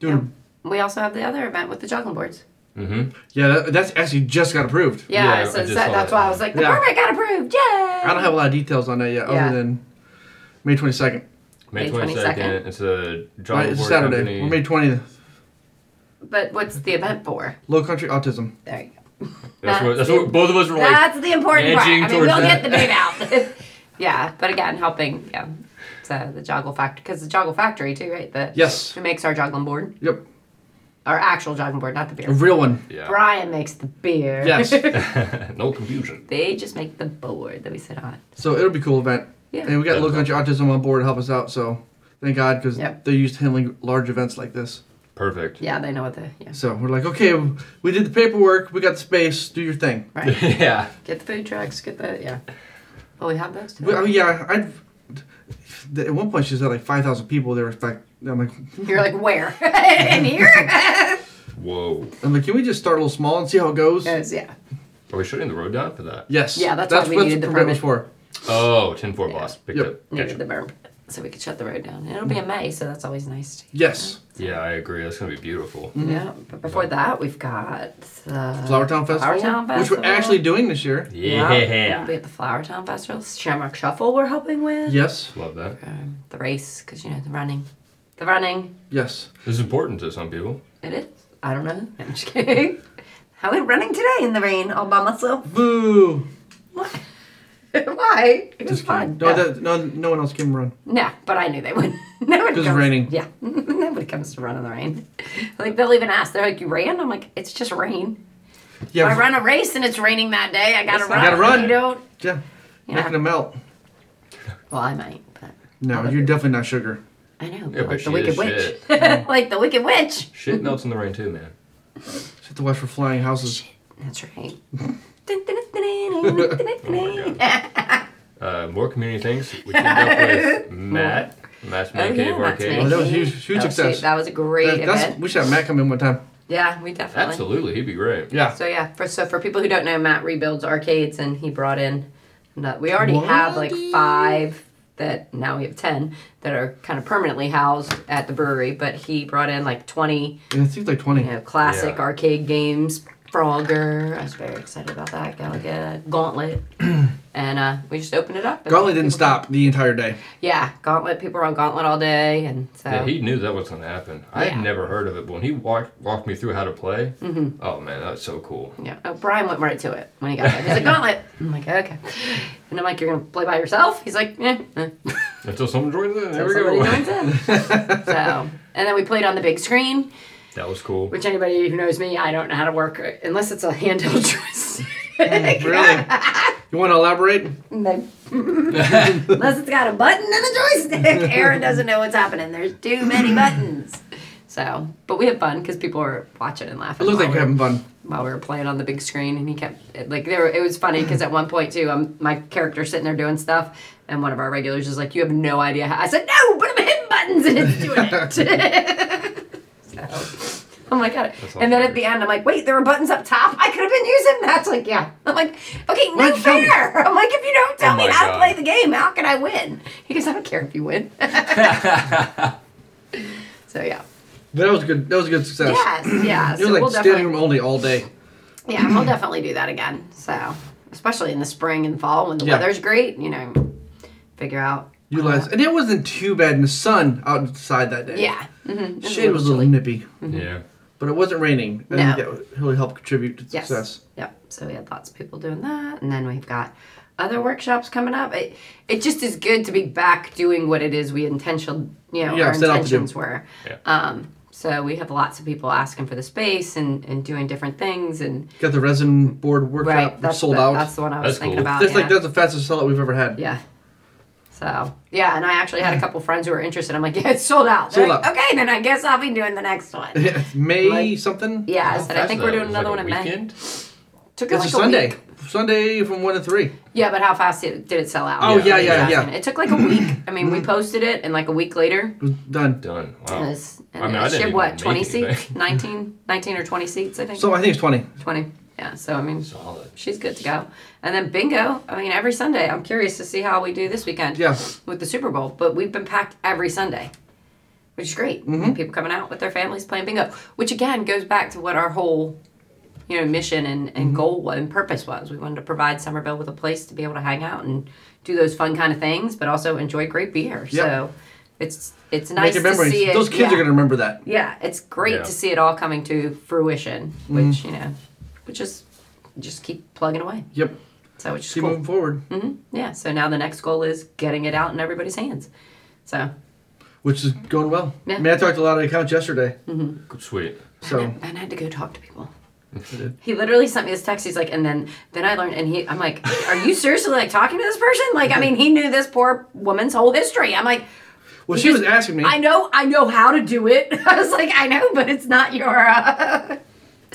Speaker 3: Doing.
Speaker 1: We also have the other event with the jogging boards.
Speaker 2: Mm-hmm.
Speaker 3: Yeah, that, that's actually just got approved.
Speaker 1: Yeah,
Speaker 2: Yeah, I
Speaker 1: so
Speaker 2: just
Speaker 1: that,
Speaker 2: saw
Speaker 1: that's
Speaker 2: that.
Speaker 1: why I was like, the
Speaker 3: Yeah.
Speaker 1: permit got approved. Yay!
Speaker 3: I don't have a lot of details on that yet,
Speaker 1: Yeah.
Speaker 3: other than May 22nd.
Speaker 2: May
Speaker 1: May
Speaker 2: twenty
Speaker 1: 22nd.
Speaker 2: second. It's a
Speaker 3: Right,
Speaker 2: job
Speaker 3: it's Saturday. Or May 20th.
Speaker 1: But what's the event for?
Speaker 3: Low Country Autism.
Speaker 1: There you go.
Speaker 2: That's what, that's what both of us were like.
Speaker 1: That's the important part. I
Speaker 2: edging
Speaker 1: mean,
Speaker 2: towards
Speaker 1: we'll
Speaker 2: that.
Speaker 1: get the name out. *laughs* yeah, but again, helping. Yeah, it's uh, the Joggle Factory because the Joggle Factory too, right? The
Speaker 3: Yes.
Speaker 1: who makes our joggling board,
Speaker 3: Yep.
Speaker 1: our actual joggling board, not the
Speaker 3: A
Speaker 1: beer.
Speaker 3: real one.
Speaker 2: Yeah.
Speaker 1: Brian makes the beer. *laughs*
Speaker 3: Yes.
Speaker 2: *laughs* no confusion.
Speaker 1: they just make the board that we sit on.
Speaker 3: so it'll be a cool event.
Speaker 1: Yeah.
Speaker 3: And we got
Speaker 2: Yeah.
Speaker 3: Low Country Autism on board to help us out, so thank God, because
Speaker 1: Yep.
Speaker 3: they're used to handling large events like this.
Speaker 2: Perfect.
Speaker 1: Yeah, they know what the yeah.
Speaker 3: So we're like, okay, we did the paperwork, we got the space, do your thing.
Speaker 2: *laughs* *laughs*
Speaker 1: Right.
Speaker 2: yeah.
Speaker 1: get the food trucks. Get the yeah. Well, we have those too.
Speaker 3: But, I mean, oh, yeah, I'd. At one point, she said like 5,000 people. They were like, I'm like,
Speaker 1: You're like where *laughs* in here?
Speaker 2: Whoa.
Speaker 3: I'm like, can we just start a little small and see how it goes?
Speaker 1: Yes, yeah.
Speaker 2: Are we shutting the road down for that?
Speaker 3: Yes.
Speaker 1: Yeah, that's why we
Speaker 3: what
Speaker 1: needed the
Speaker 3: was for.
Speaker 2: Oh, 10 4 boss. Picked
Speaker 3: Yep.
Speaker 2: up.
Speaker 1: Needed
Speaker 2: Gotcha.
Speaker 1: the burp, so we could shut the road down. And it'll be in May, so that's always nice. To
Speaker 3: Yes.
Speaker 2: Yeah, I agree. That's going to be beautiful.
Speaker 1: Yeah, but before that, we've got uh,
Speaker 3: Flower Town Festival.
Speaker 1: Flower Town
Speaker 3: Which
Speaker 1: Festival.
Speaker 3: we're actually doing this year.
Speaker 2: Yeah.
Speaker 1: We'll be at the Flower Town Festival. Shamrock Shuffle, we're helping with.
Speaker 3: Yes.
Speaker 2: Love that.
Speaker 1: Um, the race, because you know the running, the running.
Speaker 3: Yes.
Speaker 2: This is important to some people.
Speaker 1: It is. I don't know. *laughs* I'm just kidding. How am I running today in the rain all by myself? *laughs*
Speaker 3: Boo.
Speaker 1: What? Why? It was
Speaker 3: Just
Speaker 1: fun.
Speaker 3: kidding. No,
Speaker 1: yeah.
Speaker 3: that, no, no one else can run.
Speaker 1: No, but I knew they would. *laughs* Nobody
Speaker 3: 'Cause it's
Speaker 1: comes-
Speaker 3: raining.
Speaker 1: *laughs* Yeah, nobody comes to run in the rain. *laughs* Like they'll even ask. They're like, "You ran?" I'm like, "It's just rain.
Speaker 3: Yeah.
Speaker 1: I run a race and it's raining that day. I gotta
Speaker 2: It's
Speaker 1: run.
Speaker 2: not-
Speaker 3: Gotta run.
Speaker 1: You don't. *laughs*
Speaker 3: Yeah.
Speaker 1: Yeah.
Speaker 3: Not gonna melt.
Speaker 1: Well, I might, but
Speaker 3: No,
Speaker 1: Other
Speaker 3: you're definitely not sugar.
Speaker 1: I know.
Speaker 2: Yeah, but
Speaker 1: like
Speaker 2: she
Speaker 1: the Wicked
Speaker 2: is
Speaker 1: Witch. *laughs*
Speaker 3: Mm.
Speaker 1: like the Wicked Witch.
Speaker 2: Shit melts in the rain, too, man.
Speaker 3: Set the watch for flying houses.
Speaker 1: That's
Speaker 3: *laughs*
Speaker 1: right. oh,
Speaker 2: Uh, more community things. We teamed up
Speaker 1: *laughs*
Speaker 2: with Matt. Matt's
Speaker 1: Oh,
Speaker 2: Man Cave Arcade. Oh,
Speaker 3: Matt's Man Cave. that was huge- huge success.
Speaker 1: That was a great
Speaker 3: That- that's,
Speaker 1: event.
Speaker 3: we should have Matt come in one time.
Speaker 1: Yeah, we definitely.
Speaker 2: Absolutely. He'd be great.
Speaker 3: Yeah.
Speaker 1: So yeah, for so for people who don't know, Matt rebuilds arcades, and he brought in. no- We already have like
Speaker 3: Whoa.
Speaker 1: five that now we have ten that are kind of permanently housed at the brewery, but he brought in like twenty
Speaker 3: And it seems like 20.
Speaker 1: you know, classic
Speaker 2: Yeah.
Speaker 1: arcade games. Frogger, I was very excited about that. Galaga,
Speaker 2: *clears throat*
Speaker 1: Gauntlet, and uh, we just opened it up. and
Speaker 3: Gauntlet didn't
Speaker 1: people-
Speaker 3: stop the entire day.
Speaker 1: Yeah, Gauntlet. People were on Gauntlet all day, and so
Speaker 2: Yeah, he knew that was going to happen. I
Speaker 1: Yeah.
Speaker 2: had never heard of it, but when he walked walked me through how to play,
Speaker 1: Mm-hmm.
Speaker 2: oh man, that was so cool.
Speaker 1: Yeah. Oh, Brian went right to it when he got there. He's like, gauntlet. I'm like, okay. And I'm like, you're going to play by yourself? He's like, eh. eh.
Speaker 2: Until someone joins in, there we
Speaker 1: So somebody
Speaker 2: go.
Speaker 1: joins in. so, and then we played on the big screen,
Speaker 2: That was cool.
Speaker 1: which anybody who knows me, I don't know how to work it, unless it's a handheld *laughs* joystick. *laughs*
Speaker 3: Really? you want to elaborate?
Speaker 1: No. *laughs* unless it's got a button and a
Speaker 3: *laughs*
Speaker 1: joystick. Aaron doesn't know what's happening. There's too many buttons. So, but we had fun because people were watching and laughing.
Speaker 3: It looks
Speaker 1: while
Speaker 3: like
Speaker 1: we
Speaker 3: we're
Speaker 1: were
Speaker 3: having fun.
Speaker 1: while we were playing on the big screen, and he kept it- like there. It was funny because at one point too, um, my character sitting there doing stuff, and one of our regulars is like, "You have no idea." How. I said, "No, but I'm hitting buttons and it's doing it." so. Oh my god!
Speaker 2: That's
Speaker 1: And then at
Speaker 2: hilarious.
Speaker 1: the end, I'm like, "Wait, there were buttons up top. I could have been using that." It's like, "Yeah." I'm like, "Okay, no
Speaker 3: Why'd you tell me?
Speaker 1: fair." I'm like, "If you don't tell
Speaker 2: Oh
Speaker 1: me
Speaker 2: my
Speaker 1: how to
Speaker 2: God.
Speaker 1: play the game, how can I win?" He goes, "I don't care if you win." *laughs* so yeah,
Speaker 3: That was a good. That was a good success.
Speaker 1: yes, Uh-huh. yeah.
Speaker 3: It was like standing room only all day.
Speaker 1: Yeah, we'll definitely do that again. So, especially in the spring and fall when the
Speaker 3: Yeah.
Speaker 1: weather's great, you know, figure out.
Speaker 3: Utilize, and it wasn't too bad in the sun outside that day.
Speaker 1: Yeah. Mm-hmm.
Speaker 3: Shade was a little nippy,
Speaker 2: Yeah.
Speaker 3: but it wasn't raining. I
Speaker 1: No.
Speaker 3: think that really helped contribute to the
Speaker 1: Yes.
Speaker 3: success.
Speaker 1: Yep. So we had lots of people doing that, and then we've got other workshops coming up. It, it just is good to be back doing what it is we intentional, you know,
Speaker 3: Yeah,
Speaker 1: our
Speaker 3: set out to do.
Speaker 1: intentions were.
Speaker 2: Yeah.
Speaker 1: Um, so we have lots of people asking for the space and, and doing different things and
Speaker 3: Got the resin board workshop
Speaker 1: right. That's
Speaker 3: sold
Speaker 1: the,
Speaker 3: out.
Speaker 1: That's the one I was
Speaker 2: That's
Speaker 1: thinking
Speaker 2: cool.
Speaker 1: about.
Speaker 3: that's like
Speaker 1: yeah.
Speaker 3: that's the fastest sellout we've ever had. *laughs*
Speaker 1: Yeah. So yeah, and I actually had a couple friends who were interested. I'm like, yeah, it's sold out. They're
Speaker 3: Sold
Speaker 1: like,
Speaker 3: out.
Speaker 1: Okay, then I guess I'll be doing the next one.
Speaker 3: *laughs* May
Speaker 1: Like-
Speaker 3: something.
Speaker 1: Yeah, I
Speaker 2: How
Speaker 1: said I
Speaker 2: fast
Speaker 1: think
Speaker 2: is
Speaker 1: we're
Speaker 2: that?
Speaker 1: doing
Speaker 2: Was it
Speaker 1: another
Speaker 2: like
Speaker 1: one
Speaker 2: a
Speaker 1: in May.
Speaker 2: weekend?
Speaker 1: Took it
Speaker 3: It's
Speaker 1: like
Speaker 3: a Sunday.
Speaker 1: week.
Speaker 3: Sunday from one to three.
Speaker 1: Yeah, but how fast did, did it sell out?
Speaker 2: yeah,
Speaker 3: Oh,
Speaker 1: That's
Speaker 2: yeah,
Speaker 1: what he's
Speaker 3: yeah. Mm-hmm.
Speaker 1: asking. It took like a week. I mean, we posted it, and like a week later,
Speaker 3: It was done.
Speaker 2: Done.
Speaker 1: it
Speaker 2: Wow.
Speaker 1: was, and
Speaker 2: I mean,
Speaker 1: it
Speaker 2: I didn't
Speaker 1: shipped,
Speaker 2: even
Speaker 1: what,
Speaker 2: make
Speaker 1: 20
Speaker 2: anything. *laughs*
Speaker 1: seats? 19, 19 or 20 seats, I think.
Speaker 3: So I think it's twenty.
Speaker 1: 20. Yeah, so I mean,
Speaker 2: Solid.
Speaker 1: she's good to go. And then bingo. I mean, every Sunday. I'm curious to see how we do this weekend.
Speaker 3: Yeah.
Speaker 1: With the Super Bowl, but we've been packed every Sunday, which is great.
Speaker 3: Mm-hmm.
Speaker 1: And people coming out with their families playing bingo, which again goes back to what our whole, you know, mission and
Speaker 3: Mm-hmm.
Speaker 1: and goal wa- and purpose was. We wanted to provide Somerville with a place to be able to hang out and do those fun kind of things, but also enjoy great beer.
Speaker 3: Yeah.
Speaker 1: So. It's it's nice
Speaker 3: Making
Speaker 1: to
Speaker 3: memories.
Speaker 1: see it.
Speaker 3: Those kids
Speaker 1: yeah.
Speaker 3: are gonna remember that.
Speaker 1: Yeah, it's great
Speaker 2: Yeah.
Speaker 1: to see it all coming to fruition, which
Speaker 3: Mm-hmm.
Speaker 1: you know, which is just keep plugging away.
Speaker 3: Yep.
Speaker 1: So which is
Speaker 3: Keep
Speaker 1: cool.
Speaker 3: moving forward.
Speaker 1: hmm Yeah. So now the next goal is getting it out in everybody's hands. So
Speaker 3: Which is going well.
Speaker 1: Yeah. Mm-hmm.
Speaker 3: I mean, I talked to a lot of accounts yesterday.
Speaker 2: Sweet.
Speaker 3: So
Speaker 1: and I had to go talk to people. He literally sent me this text. He's like, and then then I learned, and he, I'm like, are you seriously like talking to this person? Like, I mean, he knew this poor woman's whole history. I'm like,
Speaker 3: well, she was asking me.
Speaker 1: I know, I know how to do it. *laughs* I was like, I know, but it's not your. Uh, *laughs*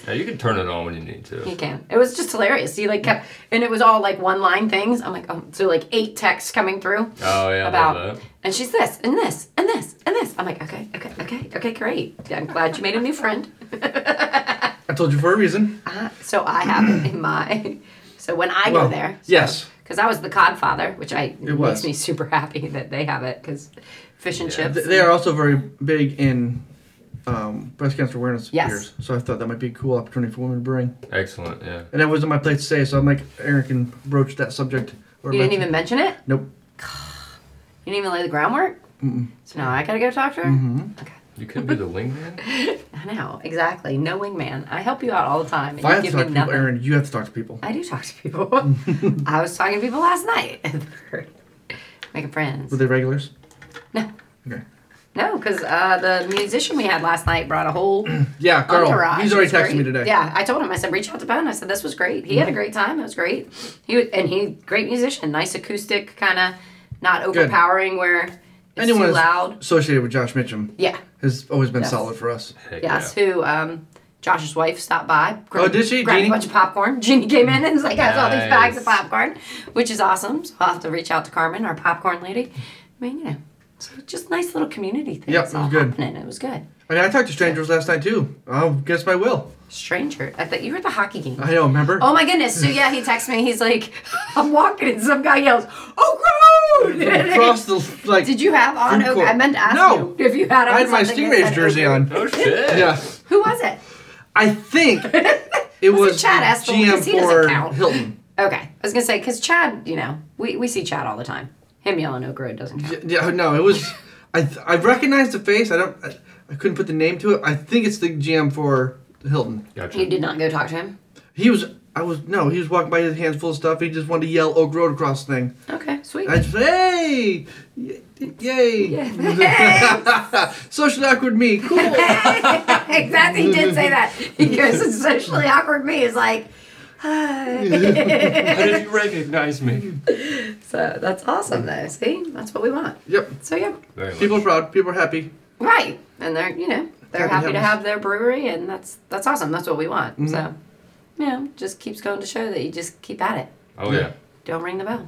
Speaker 2: Yeah, you can turn it on when you need to.
Speaker 1: You can. It was just hilarious. He like kept, and it was all like one line things. I'm like, oh, so like eight texts coming through.
Speaker 2: Oh yeah, I
Speaker 1: about,
Speaker 2: love that.
Speaker 1: and she's this and this and this and this. I'm like, okay, okay, okay, okay, great. I'm glad you made a new friend.
Speaker 3: I told you for a reason.
Speaker 1: Uh, so I have it in my. So when I
Speaker 3: Well,
Speaker 1: go there,
Speaker 3: yes.
Speaker 1: because I was the Codfather, which I it
Speaker 3: was.
Speaker 1: makes me super happy that they have it because fish and
Speaker 2: Yeah.
Speaker 1: chips.
Speaker 3: Th- They are also very big in um, breast cancer awareness
Speaker 1: Yes.
Speaker 3: beers. So I thought that might be a cool opportunity for women to bring.
Speaker 2: Excellent. Yeah.
Speaker 3: And that wasn't my place to say, so I'm like, Aaron can broach that subject. Or
Speaker 1: you didn't even mention
Speaker 3: mention-
Speaker 1: it.
Speaker 3: Nope.
Speaker 1: You didn't even lay the groundwork. So now I gotta go talk to her.
Speaker 3: Mm-hmm.
Speaker 1: Okay.
Speaker 2: You could be the
Speaker 1: *laughs*
Speaker 2: wingman.
Speaker 1: I know exactly. No wingman. I help you out all the time.
Speaker 3: If I have
Speaker 1: And
Speaker 3: to
Speaker 1: you
Speaker 3: talk
Speaker 1: give
Speaker 3: to
Speaker 1: me
Speaker 3: people,
Speaker 1: nothing.
Speaker 3: Aaron, you have to talk to people.
Speaker 1: I do talk to people. *laughs* I was talking to people last night. *laughs* Making friends.
Speaker 3: Were they regulars?
Speaker 1: No.
Speaker 3: Okay.
Speaker 1: No, because uh, the musician we had last night brought a
Speaker 3: *clears throat*
Speaker 1: whole
Speaker 3: Yeah, Carl.
Speaker 1: entourage.
Speaker 3: He's already
Speaker 1: It's
Speaker 3: texting me
Speaker 1: great.
Speaker 3: today.
Speaker 1: Yeah, I told him. I said, reach out to Ben. I said, this was great. He had a great time. It was great. He was, and he great musician, nice acoustic, kind of not overpowering where it's
Speaker 3: Anyone
Speaker 1: too
Speaker 3: that's
Speaker 1: loud.
Speaker 3: associated with Josh Mitchum
Speaker 1: Yeah.
Speaker 3: has always been
Speaker 1: Yes.
Speaker 3: solid for us.
Speaker 2: Heck
Speaker 1: Yes.
Speaker 2: yeah.
Speaker 1: Who? Um, Josh's wife stopped by. Grabbed,
Speaker 3: Oh, did she?
Speaker 1: Grabbed
Speaker 3: Jeannie?
Speaker 1: a bunch of popcorn. *laughs* Jeannie came in and was like, has all these bags of
Speaker 2: Nice.
Speaker 1: popcorn, which is awesome. So I'll have to reach out to Carmen, our popcorn lady. I mean, you know, so just nice little community thing.
Speaker 3: Yep,
Speaker 1: It's
Speaker 3: it was
Speaker 1: all
Speaker 3: good.
Speaker 1: happening. It was good.
Speaker 3: I mean, I talked to strangers last night too. I guess I will.
Speaker 1: Stranger. I thought you were at the hockey game.
Speaker 3: I know, remember?
Speaker 1: Oh my goodness. So yeah, he texts me. He's like, *laughs* I'm walking and some guy yells, Oh, *laughs* road!
Speaker 3: Across the, like,
Speaker 1: Did you have on?
Speaker 3: Food
Speaker 1: Oak-
Speaker 3: court.
Speaker 1: I meant to ask
Speaker 3: No.
Speaker 1: you if you had on
Speaker 3: I had my
Speaker 1: something that said
Speaker 3: Stingrays jersey
Speaker 1: Oak Road.
Speaker 2: Oh
Speaker 1: *laughs*
Speaker 3: on.
Speaker 2: shit.
Speaker 3: Yeah.
Speaker 1: Who was it?
Speaker 3: I
Speaker 1: *laughs*
Speaker 3: think it was,
Speaker 1: Was it Chad Aspel?
Speaker 3: GM
Speaker 1: 'Cause he doesn't
Speaker 3: for
Speaker 1: count.
Speaker 3: Hilton.
Speaker 1: Okay, I was gonna say because Chad, you know, we, we see Chad all the time. Him yelling Oak Road doesn't count.
Speaker 3: Y- Yeah, no, it was. I I recognized the face. I don't. I, I couldn't put the name to it. I think it's the GM for Hilton.
Speaker 1: You *laughs*
Speaker 2: Gotcha.
Speaker 1: did not go talk to him.
Speaker 3: He was. I was no. He was walking by his hands full of stuff. He just wanted to yell Oak Road across the thing.
Speaker 1: Okay, sweet.
Speaker 3: I just hey, y- yay! *laughs* Socially awkward me.
Speaker 1: *laughs*
Speaker 3: Cool.
Speaker 1: exactly, he did say
Speaker 3: *laughs*
Speaker 1: that. He goes, "It's socially awkward." Me is like,
Speaker 3: *laughs*
Speaker 2: How did you recognize me?
Speaker 1: *laughs* so that's awesome though. See, that's what we want.
Speaker 3: Yep.
Speaker 1: So yeah,
Speaker 2: Very much.
Speaker 3: People are proud. People are happy.
Speaker 1: right, and they're you know they're
Speaker 3: Happy Mm-hmm.
Speaker 1: happy to
Speaker 3: happens.
Speaker 1: have their brewery, and that's that's awesome. That's what we want. So, you know, just keeps going to show that you just keep at it.
Speaker 2: Oh yeah.
Speaker 1: Don't ring the bell.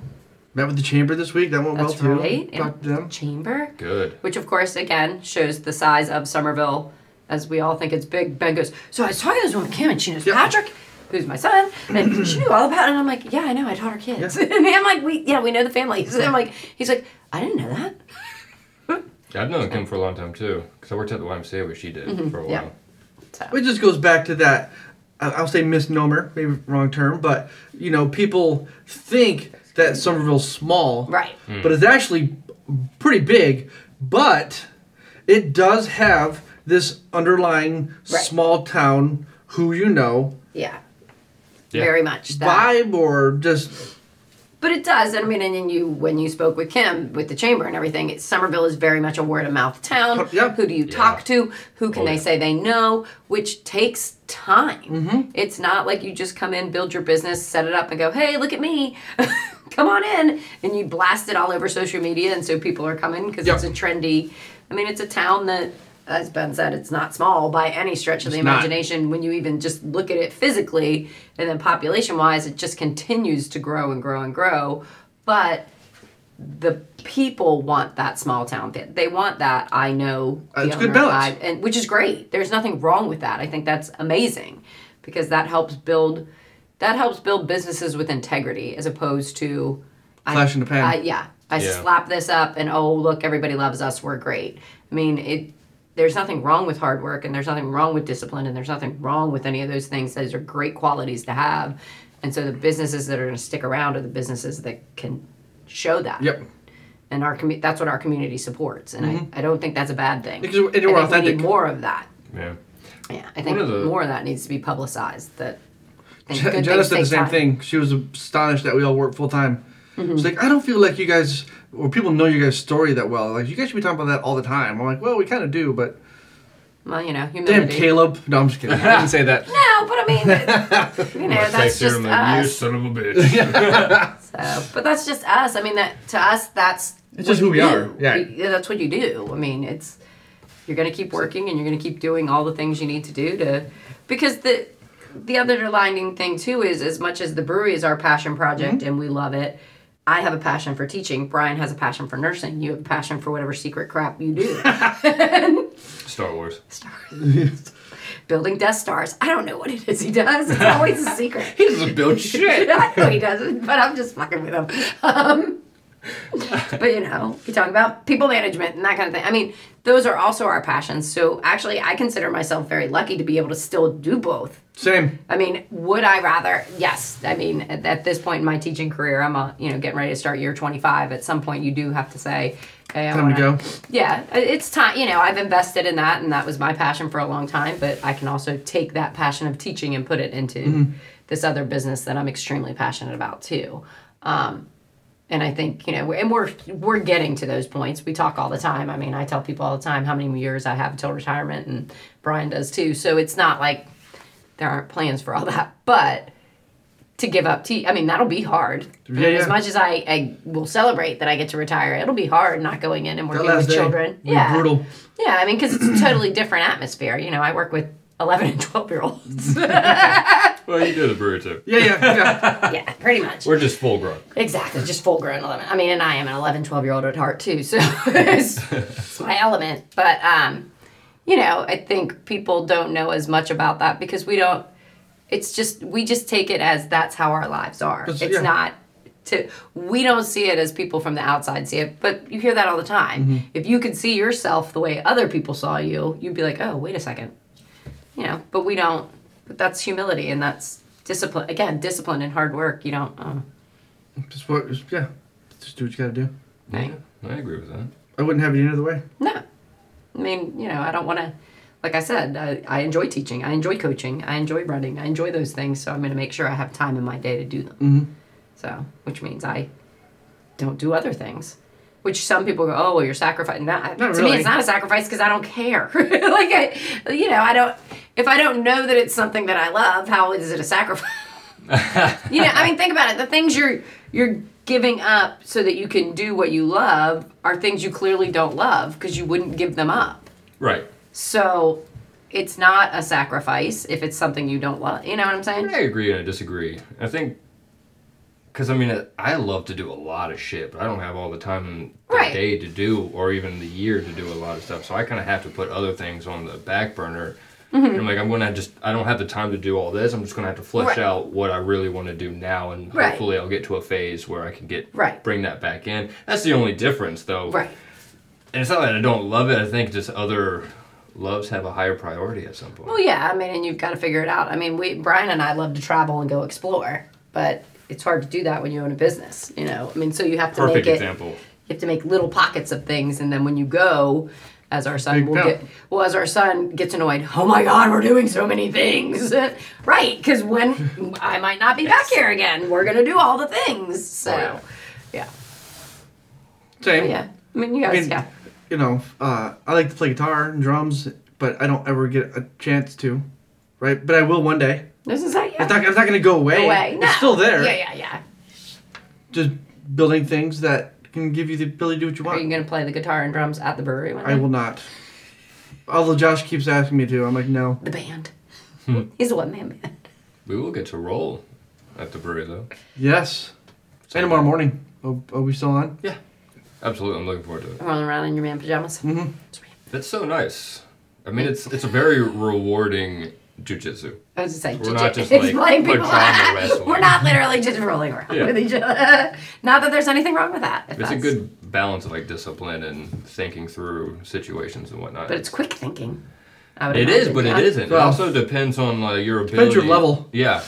Speaker 3: Met with the chamber this week. That went
Speaker 1: That's
Speaker 3: well too.
Speaker 1: right. in
Speaker 3: Talked to them.
Speaker 1: Chamber.
Speaker 2: Good.
Speaker 1: which of course again shows the size of Somerville as we all think it's big. Ben goes, So I was talking to this woman, Kim, and she knows
Speaker 3: Yeah.
Speaker 1: Patrick, who's my son,
Speaker 3: *clears throat*
Speaker 1: and she knew all about it. And I'm like, Yeah, I know, I taught her kids. *laughs* and I'm like, We yeah, we know the family. So I'm like, he's like, I didn't know that.
Speaker 2: I've known Kim for a long time too, because I worked at the YMCA where she did for a
Speaker 1: Mm-hmm. yeah.
Speaker 2: while.
Speaker 1: So
Speaker 3: It just goes back to that. I- I'll say misnomer, maybe wrong term, but you know, people think that Somerville's small,
Speaker 1: Right.
Speaker 3: But it's actually pretty big. But it does have this underlying
Speaker 1: Right.
Speaker 3: small town, who you know,
Speaker 1: yeah.
Speaker 2: Yeah.
Speaker 1: Very much that.
Speaker 3: vibe, or just
Speaker 1: But it does, and I mean, and then you when you spoke with Kim with the chamber and everything, it's, Somerville is very much a word of mouth town.
Speaker 3: Yeah.
Speaker 1: Who do you
Speaker 2: Yeah.
Speaker 1: talk to? Who can
Speaker 2: Oh,
Speaker 1: they
Speaker 2: yeah.
Speaker 1: say they know? Which takes time.
Speaker 3: Mm-hmm.
Speaker 1: It's not like you just come in, build your business, set it up, and go, hey, look at me. *laughs* come on in, and you blast it all over social media, and so people are coming because
Speaker 3: Yeah.
Speaker 1: it's a trendy. I mean, it's a town that as Ben said, it's not small by any stretch of the
Speaker 3: It's not.
Speaker 1: imagination. When you even just look at it physically, and then population wise, it just continues to grow and grow and grow. But the people want that small town fit. They want that. I know.
Speaker 3: Uh,
Speaker 1: the
Speaker 3: it's good
Speaker 1: owner,
Speaker 3: balance.
Speaker 1: I- and which is great. There's nothing wrong with that. I think that's amazing because that helps build that helps build businesses with integrity as opposed to I-
Speaker 3: Flash in the pan.
Speaker 1: I- yeah, I
Speaker 2: Yeah.
Speaker 1: slap this up and oh look, everybody loves us. We're great. I mean, it. There's nothing wrong with hard work, and there's nothing wrong with discipline, and there's nothing wrong with any of those things. Those are great qualities to have, and so the businesses that are going to stick around are the businesses that can show that.
Speaker 3: Yep. Mm-hmm.
Speaker 1: And our commu- that's what our community supports, and I, I don't think that's a bad thing.
Speaker 3: Because we're- and
Speaker 1: I
Speaker 3: we're
Speaker 1: think we need
Speaker 3: authentic.
Speaker 1: more of that.
Speaker 2: Yeah.
Speaker 1: Yeah, I think
Speaker 2: of the-
Speaker 1: more of that needs to be publicized. That I think
Speaker 3: Je-
Speaker 1: good
Speaker 3: Jenna
Speaker 1: things
Speaker 3: said the
Speaker 1: take
Speaker 3: same
Speaker 1: time. Mm-hmm.
Speaker 3: thing. She was astonished that we all work full time. She's like, I don't feel like you guys or people know your guys' story that well. Like you guys should be talking about that all the time. I'm like, well, we kind of do, but
Speaker 1: Well, you know, humility.
Speaker 3: damn, Caleb. No, I'm just kidding.
Speaker 2: *laughs*
Speaker 3: I didn't say that.
Speaker 1: No, but I
Speaker 3: *laughs*
Speaker 1: mean, you know, that's just
Speaker 2: you
Speaker 1: us.
Speaker 2: son of a
Speaker 1: *laughs*
Speaker 2: bitch.
Speaker 1: So, but that's just us. I mean, that to us, that's
Speaker 3: It's just
Speaker 1: what
Speaker 3: who we
Speaker 1: you
Speaker 3: are.
Speaker 1: do.
Speaker 3: Yeah.
Speaker 1: You- that's what you do. I mean, it's you're gonna keep working and you're gonna keep doing all the things you need to do to because the the underlining thing too is as much as the brewery is our passion project
Speaker 3: Mm-hmm.
Speaker 1: and we love it. I have a passion for teaching. Brian has a passion for nursing. You have a passion for whatever secret crap you do.
Speaker 2: Star Wars.
Speaker 1: Building Death Stars. I don't know what it is he does. It's always a secret.
Speaker 2: *laughs* He doesn't build shit.
Speaker 1: *laughs* I know he doesn't, but I'm just fucking with him. Um, but you know, you talk about people management and that kind of thing. I mean, those are also our passions. So actually, I consider myself very lucky to be able to still do both.
Speaker 3: Same.
Speaker 1: I mean, would I rather? Yes. I mean, at, at this point in my teaching career, I'm a, you know getting ready to start year 25. At some point, you do have to say, "Hey, I
Speaker 3: Time to
Speaker 1: wanna-
Speaker 3: go.
Speaker 1: Yeah, i- it's time. You know, I've invested in that, and that was my passion for a long time. But I can also take that passion of teaching and put it into
Speaker 3: Mm-hmm.
Speaker 1: this other business that I'm extremely passionate about too. Um, and I think you know, and we're we're getting to those points. We talk all the time. I mean, I tell people all the time how many years I have until retirement, and Brian does too. So it's not like there aren't plans for all that, but to give up tea, I mean, that'll be hard.
Speaker 3: Yeah, yeah.
Speaker 1: As much as I, I will celebrate that I get to retire, it'll be hard not going in and working with children.
Speaker 3: was
Speaker 1: yeah,
Speaker 3: brutal.
Speaker 1: yeah. I mean, because it's a totally different atmosphere. You know, I work with eleven and twelve year
Speaker 3: *laughs*
Speaker 1: olds.
Speaker 2: Well, you do the brewery too.
Speaker 3: Yeah, yeah, yeah. *laughs*
Speaker 1: yeah, pretty much.
Speaker 2: We're just full grown.
Speaker 1: Exactly, just full grown 11. I mean, and I am an 11, 12 year old at heart too, so *laughs* it's, it's my element. But, um, you know, I think people don't know as much about that because we don't, it's just, we just take it as that's how our lives are.
Speaker 3: That's-
Speaker 1: it's
Speaker 3: yeah.
Speaker 1: not to, we don't see it as people from the outside see it, but you hear that all the time.
Speaker 3: Mm-hmm.
Speaker 1: If you could see yourself the way other people saw you, you'd be like, oh, wait a second you know but we don't but that's humility and that's discipline again discipline and hard work you don't um,
Speaker 3: just what, just- yeah. Just do what you gotta do.
Speaker 2: Yeah, I agree with that.
Speaker 3: I wouldn't have it any other way.
Speaker 1: no i mean you know i don't want to like i said I, I enjoy teaching i enjoy coaching i enjoy running i enjoy those things so i'm going to make sure i have time in my day to do them so which means i don't do other things which some people go oh well you're sacrificing that to
Speaker 3: Not
Speaker 1: me
Speaker 3: really.
Speaker 1: it's not a sacrifice because i don't care *laughs* like I, you know i don't if i don't know that it's something that i love how is it a sacrifice *laughs* you know, I mean, think about it. The things you're you're giving up so that you can do what you love are things you clearly don't love because you wouldn't give them up.
Speaker 2: Right.
Speaker 1: So it's not a sacrifice if it's something you don't love. You know what I'm saying?
Speaker 2: I agree and I disagree. I think, because I mean, I- I love to do a lot of shit, but I don't have all the time in the
Speaker 1: Right.
Speaker 2: day to do, or even the year to do a lot of stuff. So I kind of have to put other things on the back burner. And I'm like, I'm gonna just, I don't have the time to do all this. I'm just gonna have to flesh
Speaker 1: Mm-hmm. Right.
Speaker 2: out what I really want to do now, and
Speaker 1: Right.
Speaker 2: hopefully I'll get to a phase where I can get
Speaker 1: Right.
Speaker 2: bring that back in. That's the only difference, though.
Speaker 1: Right.
Speaker 2: And it's not that I don't love it. I think just other loves have a higher priority at some point.
Speaker 1: Well, yeah. I mean, and you've got to figure it out. I mean, we Brian and I love to travel and go explore, but it's hard to do that when you own a business. You know, I mean, so you have to
Speaker 2: Perfect
Speaker 1: make it.
Speaker 2: example.
Speaker 1: you have to make little pockets of things and then when you go as our son
Speaker 3: Big
Speaker 1: will
Speaker 3: pimp.
Speaker 1: get well as our son gets annoyed oh my god we're doing so many things *laughs* right because when i might not be back here again we're gonna do all the things so
Speaker 2: Oh,
Speaker 1: yeah
Speaker 3: Same.
Speaker 1: But yeah i mean you guys
Speaker 3: I mean,
Speaker 1: yeah
Speaker 3: you know, uh, I like to play guitar and drums, but I don't ever get a chance to, right? But I will one day.
Speaker 1: this is that yeah
Speaker 3: It's not, it's not going to go away.
Speaker 1: away. No.
Speaker 3: It's still there.
Speaker 1: yeah yeah yeah
Speaker 3: Just building things that can give you the ability to do what you
Speaker 1: are you
Speaker 3: want.
Speaker 1: gonna play the guitar and drums at the brewery one
Speaker 3: I
Speaker 1: day?
Speaker 3: will not. Although Josh keeps asking me to, I'm like, no.
Speaker 1: The band.
Speaker 2: Hmm.
Speaker 1: He's a one man band.
Speaker 2: We will get to roll at the brewery though.
Speaker 3: Yes. And tomorrow morning. Oh, are we still on?
Speaker 2: Yeah, absolutely. I'm looking forward to it.
Speaker 1: Rolling around in your man pajamas. Mm-hmm.
Speaker 2: That's so nice. I mean, it's it's a very rewarding jujitsu.
Speaker 1: I was just saying,
Speaker 2: We're not
Speaker 1: just
Speaker 2: just, like,
Speaker 1: explain people. *laughs*
Speaker 2: pajama wrestling.
Speaker 1: We're not
Speaker 2: *laughs*
Speaker 1: literally just rolling around
Speaker 2: Yeah.
Speaker 1: with each other. Not that there's anything wrong with that. if
Speaker 2: It's a
Speaker 1: that's-
Speaker 2: good balance of like discipline and thinking through situations and whatnot.
Speaker 1: But it's quick thinking. I would
Speaker 2: It is,
Speaker 1: imagine.
Speaker 2: but it
Speaker 1: Yeah. *laughs*
Speaker 2: isn't. It
Speaker 3: Well,
Speaker 2: also depends on like your ability.
Speaker 3: depends your level.
Speaker 2: Yeah,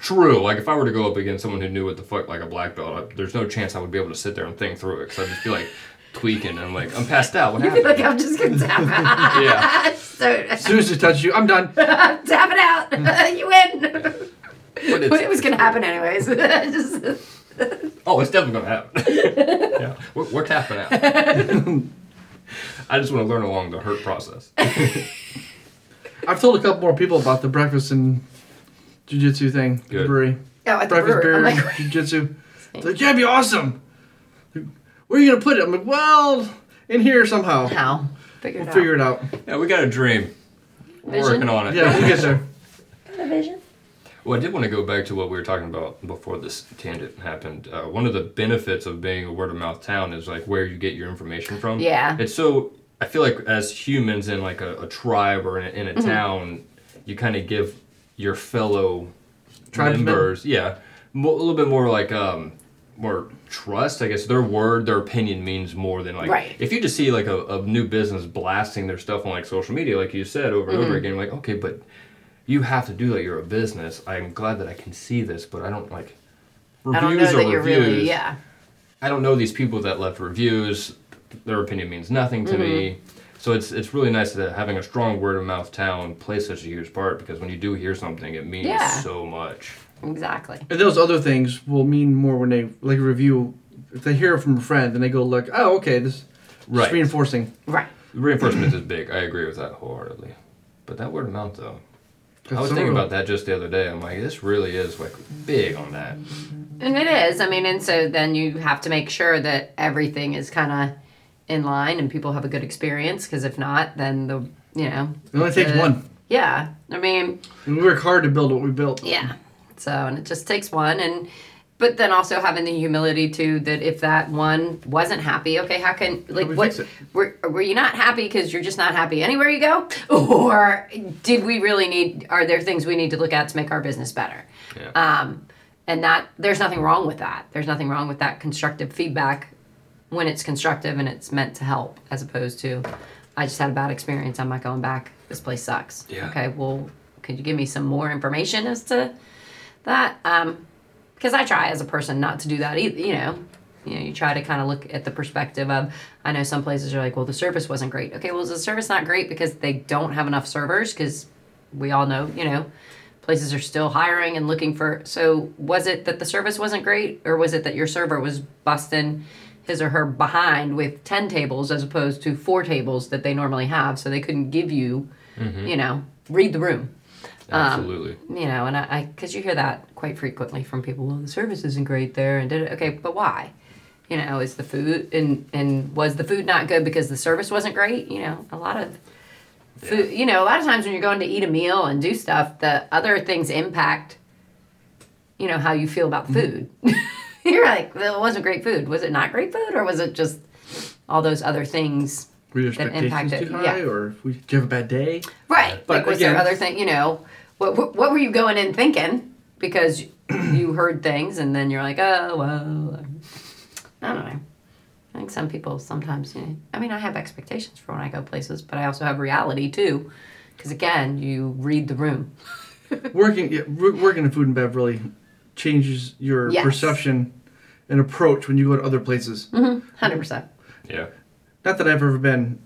Speaker 2: true. Like if I were to go up against someone who knew what the fuck like a black belt, I, there's no chance I would be able to sit there and think through it because I'd just be like tweaking and I'm like I'm passed out. What
Speaker 1: You'd be like,
Speaker 2: happened?
Speaker 1: I'm just
Speaker 2: *laughs*
Speaker 1: gonna tap
Speaker 2: yeah.
Speaker 1: out. *laughs* so
Speaker 2: *laughs*
Speaker 3: As soon as it touches you, I'm done.
Speaker 1: tap it out. *laughs* you win.
Speaker 2: But Hmm. it's,
Speaker 1: But *laughs* it was gonna happen anyways. *laughs* Just-
Speaker 2: oh, it's definitely gonna happen. yeah, *laughs* we're, we're tapping out. I just want to learn along the hurt process.
Speaker 3: I've told a couple more people about the breakfast and jujitsu thing. at the
Speaker 2: Good.
Speaker 3: Brewery.
Speaker 1: oh, at the
Speaker 3: breakfast
Speaker 1: brewery.
Speaker 3: beer
Speaker 1: I'm
Speaker 3: and
Speaker 1: like, *laughs*
Speaker 3: jujitsu. It's like, yeah, it'd be awesome. Where are you gonna put it? I'm like, well, in here somehow.
Speaker 1: how? Figure it
Speaker 3: We'll
Speaker 1: out.
Speaker 3: figure it out.
Speaker 2: Yeah, we got a dream. We're
Speaker 1: Vision?
Speaker 2: working on it.
Speaker 3: Yeah, we'll get there.
Speaker 2: Well, I did want to go back to what we were talking about before this tangent happened. Uh, one of the benefits of being a word of mouth town is like where you get your information from.
Speaker 1: Yeah.
Speaker 2: It's so, I feel like as humans in like a, a tribe or in a, in
Speaker 1: Mm-hmm.
Speaker 2: a town, you kind of give your fellow
Speaker 3: Tribesmen.
Speaker 2: members, yeah, mo- a little bit more like, um, more trust, I guess. Their word, their opinion means more than like
Speaker 1: Right.
Speaker 2: if you just see like a, a new business blasting their stuff on like social media, like you said over and
Speaker 1: Mm-hmm.
Speaker 2: over again, like okay, but you have to do that. You're a business. I'm glad that I can see this, but I don't like reviews
Speaker 1: I don't know
Speaker 2: or
Speaker 1: that you're
Speaker 2: reviews.
Speaker 1: really. Yeah.
Speaker 2: I don't know these people that left reviews. Their opinion means nothing to me.
Speaker 1: Mm-hmm.
Speaker 2: So it's it's really nice that having a strong word of mouth town plays such a huge part because when you do hear something, it means
Speaker 1: Yeah.
Speaker 2: so much.
Speaker 1: Exactly.
Speaker 3: And those other things will mean more when they like review. If they hear it from a friend, then they go look. Oh, okay, this
Speaker 2: Right.
Speaker 3: just reinforcing.
Speaker 1: Right.
Speaker 2: Reinforcement is big. I agree with that wholeheartedly. But that word of mouth though. I
Speaker 3: That's
Speaker 2: was
Speaker 3: so
Speaker 2: thinking
Speaker 3: real.
Speaker 2: about that just the other day. I'm like, this really is like big on that.
Speaker 1: And it is. I mean, and so then you have to make sure that everything is kind of in line and people have a good experience because if not, then the, you know.
Speaker 3: It only takes
Speaker 1: the-
Speaker 3: one.
Speaker 1: Yeah. I mean,
Speaker 3: And we work hard to build what we built.
Speaker 1: yeah. So, and it just takes one. And, but then also having the humility too that if that one wasn't happy, okay, how can, like,
Speaker 3: we
Speaker 1: what,
Speaker 3: fix it?
Speaker 1: were, were you not happy because you're just not happy anywhere you go? *laughs* Or did we really need, are there things we need to look at to make our business better?
Speaker 2: Yeah.
Speaker 1: Um, and that there's nothing wrong with that. There's nothing wrong with that constructive feedback when it's constructive and it's meant to help, as opposed to, I just had a bad experience. I'm not going back. This place sucks.
Speaker 2: Yeah.
Speaker 1: Okay. Well, could you give me some more information as to that? Um, because I try as a person not to do that. Either, you know, you know, you try to kind of look at the perspective of. I know some places are like, well, the service wasn't great. Okay, well, is the service not great because they don't have enough servers? Because we all know, you know, places are still hiring and looking for. So was it that the service wasn't great, or was it that your server was busting? His or her behind with 10 tables as opposed to four tables that they normally have, so they couldn't give you, you know, read the room um,
Speaker 2: Absolutely.
Speaker 1: you know, and I, because you hear that quite frequently from people. Well, the service isn't great there, and did it okay, but why? You know, is the food and and was the food not good because the service wasn't great? You know, a lot of food. You know, a lot of times when you're going to eat a meal and do stuff, the other things impact. You know how you feel about the food.
Speaker 3: Mm-hmm.
Speaker 1: *laughs* you're like, well, it wasn't great food. Was it not great food, or was it just all those other things?
Speaker 3: Were your
Speaker 1: That
Speaker 3: expectations
Speaker 1: impacted,
Speaker 3: too high,
Speaker 1: yeah.
Speaker 3: or if we, did you have a bad day?
Speaker 1: Right.
Speaker 3: But
Speaker 1: like, was there
Speaker 3: again-
Speaker 1: other thing? You know, what, what what were you going in thinking?
Speaker 3: *clears throat*
Speaker 1: Because you heard things, and then you're like, oh well. I don't know. I think some people sometimes. You know, I mean, I have expectations for when I go places, but I also have reality too. Because again, you read the room.
Speaker 3: Working, yeah, wor- working in food and bev really changes your
Speaker 1: Yes. Mm-hmm.
Speaker 3: perception and approach when you go to other places.
Speaker 1: Hundred percent.
Speaker 2: Yeah.
Speaker 3: Not that I've ever been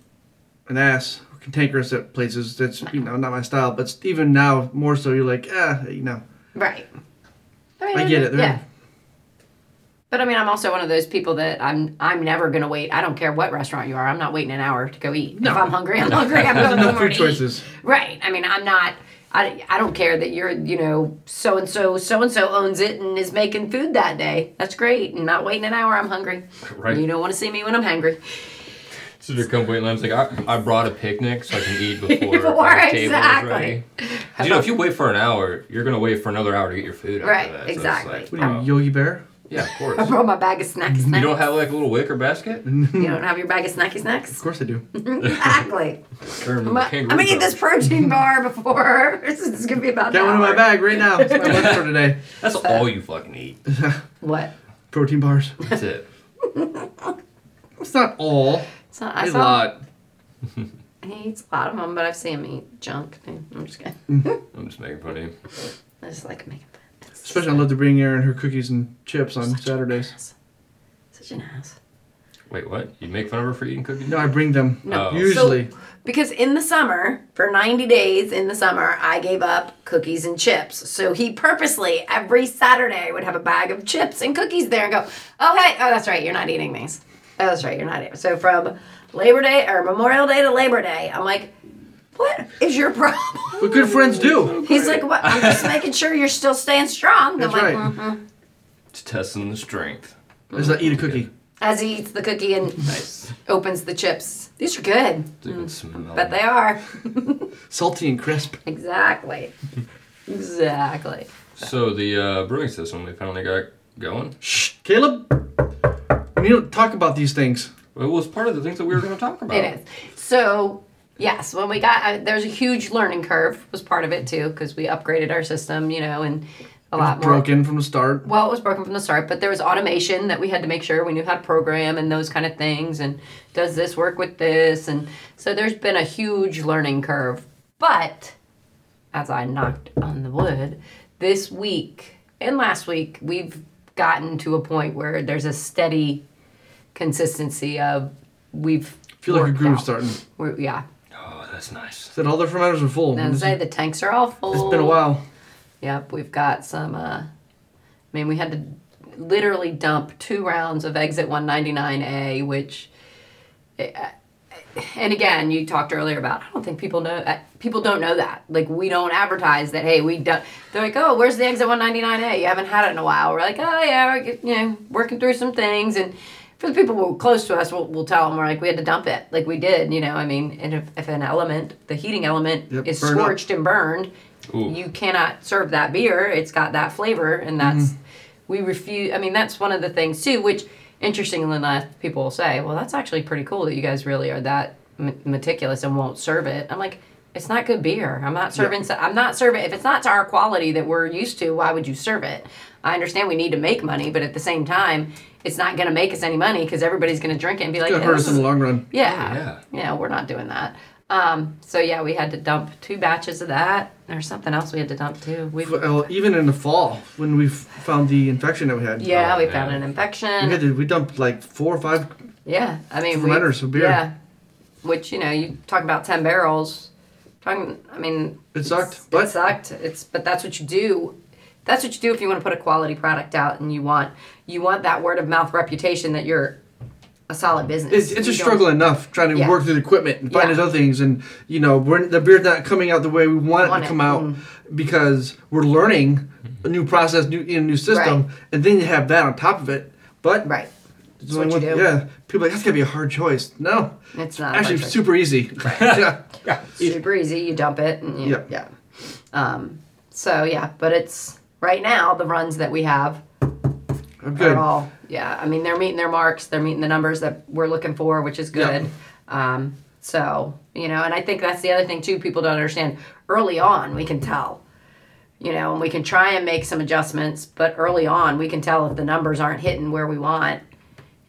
Speaker 3: an ass or cantankerous at places. That's you know not my style. But even now, more so, you're like, ah, you know,
Speaker 1: Right. mean,
Speaker 3: I get it. They're-
Speaker 1: Yeah. But I mean, I'm also one of those people that I'm I'm never gonna wait. I don't care what restaurant you are. I'm not waiting an hour to go eat.
Speaker 3: *laughs* No.
Speaker 1: If I'm hungry, I'm hungry. I'm going
Speaker 3: enough
Speaker 1: somewhere
Speaker 3: food
Speaker 1: to eat.
Speaker 3: choices.
Speaker 1: Right. I mean, I'm not. I, I don't care that you're you know so and so so and so owns it and is making food that day. That's great. And not waiting an hour. I'm hungry.
Speaker 2: Right.
Speaker 1: You don't want to see me when I'm hungry.
Speaker 2: So the complaint lam's like, I, I brought a picnic so I can
Speaker 1: *laughs*
Speaker 2: eat before,
Speaker 1: Before,
Speaker 2: the table is
Speaker 1: exactly.
Speaker 2: ready. 'Cause, You know, if you wait for an hour, you're gonna wait for another hour to get your food. after
Speaker 1: Right,
Speaker 2: that. So it's
Speaker 1: exactly.
Speaker 2: like,
Speaker 3: What are
Speaker 2: oh,
Speaker 3: you, Yogi Bear?
Speaker 2: yeah, of
Speaker 1: *laughs* I
Speaker 2: course.
Speaker 1: brought my bag of snacky snacks.
Speaker 2: You don't have like a little wicker basket?
Speaker 1: You don't have your bag of snacky
Speaker 3: Of *laughs*
Speaker 1: snacks?
Speaker 3: course
Speaker 1: *laughs*
Speaker 3: I do.
Speaker 1: exactly.
Speaker 2: Sure,
Speaker 1: I'm, gonna- I'm
Speaker 2: kangaroo
Speaker 1: gonna eat this
Speaker 2: belt.
Speaker 1: protein bar before. *laughs* this is gonna be about
Speaker 3: Got
Speaker 1: an
Speaker 3: one in my
Speaker 1: hour.
Speaker 3: bag right now. It's my lunch for today.
Speaker 2: That's all you fucking eat.
Speaker 1: What?
Speaker 3: Protein bars.
Speaker 2: That's it.
Speaker 3: It's not all.
Speaker 1: It's not, I
Speaker 3: It's a
Speaker 1: saw
Speaker 3: lot.
Speaker 1: He eats a lot of them, but I've seen him eat junk. Dude. I'm just kidding.
Speaker 2: I'm just making fun of you.
Speaker 1: I just like making fun.
Speaker 3: Especially I love to bring Erin her cookies and chips on Saturdays.
Speaker 1: Such an ass.
Speaker 2: Wait, what? You make fun of her for eating cookies?
Speaker 3: No, I bring them.
Speaker 1: No.
Speaker 2: Oh.
Speaker 3: Usually.
Speaker 1: So, because in the summer, for 90 days in the summer, I gave up cookies and chips. So he purposely, every Saturday, would have a bag of chips and cookies there and go, oh, hey, oh, that's right, you're not eating these. Oh, that's right, you're not eating. So from Labor Day or Memorial Day to Labor Day, I'm like, what is your *laughs* problem?
Speaker 3: What good
Speaker 1: *laughs*
Speaker 3: friends do.
Speaker 1: He's like, what? I'm just making sure you're still staying strong.
Speaker 3: That's
Speaker 1: I'm like,
Speaker 3: right.
Speaker 1: "Mm."
Speaker 2: It's testing the strength.
Speaker 3: Is that eat a cookie.
Speaker 1: as he eats the cookie and
Speaker 2: Nice.
Speaker 1: opens the chips. These are good.
Speaker 2: It's even smelling.
Speaker 1: Bet Mm. they are.
Speaker 3: Salty and crisp.
Speaker 1: Exactly. exactly.
Speaker 2: So the uh, brewing system we finally got going.
Speaker 3: Shh. Caleb. We need to talk about these things.
Speaker 2: It was part of the things that we were going to talk
Speaker 3: Oh.
Speaker 2: about.
Speaker 1: It is. So, yes, when we got, uh, there's a huge learning curve, was part of it too, because we upgraded our system, you know, and a lot more.
Speaker 3: Broken from the start.
Speaker 1: Well, it was broken from the start, but there was automation that we had to make sure we knew how to program and those kind of things. And does this work with this? And so there's been a huge learning curve. But as I knocked on the wood, this week and last week, we've gotten to a point where there's a steady consistency of we've.
Speaker 3: Feel like a
Speaker 1: worked
Speaker 3: groove
Speaker 1: out.
Speaker 3: starting.
Speaker 1: We're, yeah.
Speaker 2: Oh, that's nice.
Speaker 3: Said all the fermenters are full.
Speaker 1: And
Speaker 3: This
Speaker 1: say
Speaker 3: is-
Speaker 1: the tanks are all full.
Speaker 3: it's been a while.
Speaker 1: Yep, we've got some. Uh, I mean, we had to literally dump two rounds of Exit 199A, which, eh, and again, you talked earlier about. I don't think people know. Uh, people don't know that. Like, we don't advertise that. Hey, we don't. They're like, oh, where's the Exit 199A? You haven't had it in a while. We're like, oh yeah, we're, you know, working through some things and. For the people who are close to us, we'll, we'll tell them we're like we had to dump it, like we did, you know. I mean, and if, if an element, the heating element,
Speaker 3: Yep,
Speaker 1: is
Speaker 3: burn up.
Speaker 1: scorched and burned,
Speaker 2: Ooh.
Speaker 1: you cannot serve that beer. It's got that flavor, and that's
Speaker 3: Mm-hmm.
Speaker 1: we refuse. I mean, that's one of the things too. Which interestingly enough, people will say, "Well, that's actually pretty cool that you guys really are that m- meticulous and won't serve it." I'm like, it's not good beer. I'm not serving. so- I'm not serving. If it's not to our quality that we're used to, why would you serve it? I understand we need to make money, but at the same time, it's not going to make us any money because everybody's going to drink it and be like,
Speaker 3: It's gonna
Speaker 1: "Yeah,
Speaker 3: hurt
Speaker 1: this
Speaker 3: us in
Speaker 1: is-
Speaker 3: the long run.
Speaker 1: yeah.
Speaker 2: Oh,
Speaker 1: yeah. we're not doing that. Um, so yeah, we had to dump two batches of that. There's something else we had to dump too. We
Speaker 3: Well, even in the fall when we found the infection that we had.
Speaker 1: yeah,
Speaker 2: Oh,
Speaker 1: we
Speaker 2: yeah.
Speaker 1: found an
Speaker 3: We, had
Speaker 1: infection.
Speaker 3: to, we dumped like four or five.
Speaker 1: Yeah, I mean, we,
Speaker 3: fermenters of beer.
Speaker 1: Yeah, which you know, you talk about ten barrels. Talking, I mean,
Speaker 3: It sucked,
Speaker 1: it's-
Speaker 3: but-
Speaker 1: it sucked. It's but that's what you do. That's what you do if you want to put a quality product out and you want you want that word of mouth reputation that you're a solid business.
Speaker 3: It's, it's a
Speaker 1: You don't-
Speaker 3: struggle enough trying to
Speaker 1: Yeah.
Speaker 3: work through the equipment and find
Speaker 1: Yeah.
Speaker 3: these other things, and you know, we're, the beer's not coming out the way we want,
Speaker 1: Want
Speaker 3: it
Speaker 1: it, Mm.
Speaker 3: to come out because we're learning a new process, new in a new system, and then you have that on top of it. But
Speaker 1: right?
Speaker 3: it's
Speaker 1: That's
Speaker 3: only
Speaker 1: what you
Speaker 3: one-
Speaker 1: do.
Speaker 3: yeah, people are like that's gotta be a hard choice. No,
Speaker 1: It's not a
Speaker 3: actually
Speaker 1: hard choice.
Speaker 3: super easy. *laughs* yeah.
Speaker 1: super easy. You dump it and you,
Speaker 3: Yeah.
Speaker 1: yeah. Um, so yeah, but it's right now the runs that we have
Speaker 3: I'm
Speaker 1: are
Speaker 3: good.
Speaker 1: all yeah. I mean they're meeting their marks. They're meeting the numbers that we're looking for, which is
Speaker 3: Yeah.
Speaker 1: good. Um, so you know, and I think that's the other thing too. People don't understand. Early on, we can tell. You know, and we can try and make some adjustments, but early on, we can tell if the numbers aren't hitting where we want.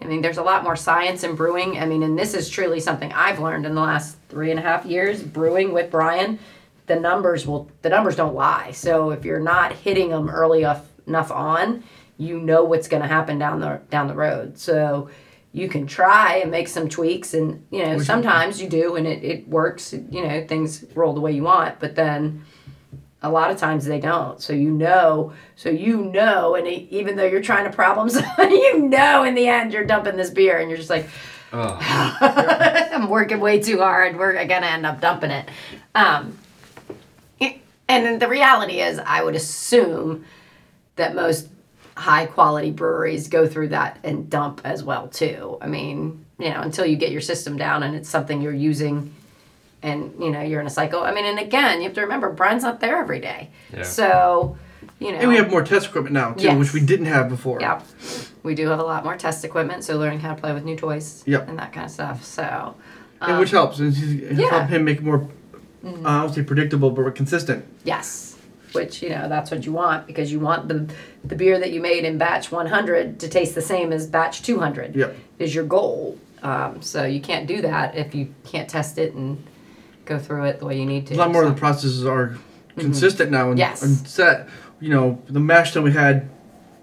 Speaker 1: I mean, there's a lot more science in brewing. I mean, and this is truly something I've learned in the last three and a half years brewing with Brian. The numbers will, the numbers don't lie. So if you're not hitting them early enough, enough on, you know what's going to happen down the down the road. So you can try and make some tweaks, and you know sometimes you do, and it it works. You know things roll the way you want, but then a lot of times they don't so you know so you know and e- even though you're trying to problem *laughs* solve you know in the end you're dumping this beer and you're just like
Speaker 2: Oh,
Speaker 1: i'm working way too hard we're gonna end up dumping it um, and then the reality is i would assume that most high quality breweries go through that and dump as well too. I mean, you know, until you get your system down and it's something you're using and you know, you're in a cycle. I mean, and again, you have to remember Brian's not there every day.
Speaker 2: Yeah.
Speaker 1: So, you know,
Speaker 3: And we have more test equipment now too,
Speaker 1: Yes.
Speaker 3: which we didn't have before.
Speaker 1: yeah. We do have a lot more test equipment, so learning how to play with new toys
Speaker 3: Yep.
Speaker 1: and that kind of stuff. So,
Speaker 3: And which helps. And it's
Speaker 1: Um, Yeah. Mm.
Speaker 3: help him make more uh, I don't say predictable but consistent.
Speaker 1: Yes. Which, you know, that's what you want because you want the the beer that you made in batch 100 to taste the same as batch 200
Speaker 3: Yep.
Speaker 1: is your goal. Um, so you can't do that if you can't test it and go through it the way you need to.
Speaker 3: A lot more
Speaker 1: So- Mm-hmm.
Speaker 3: of the processes are consistent now and,
Speaker 1: Yes.
Speaker 3: and set. You know, the mash that we had,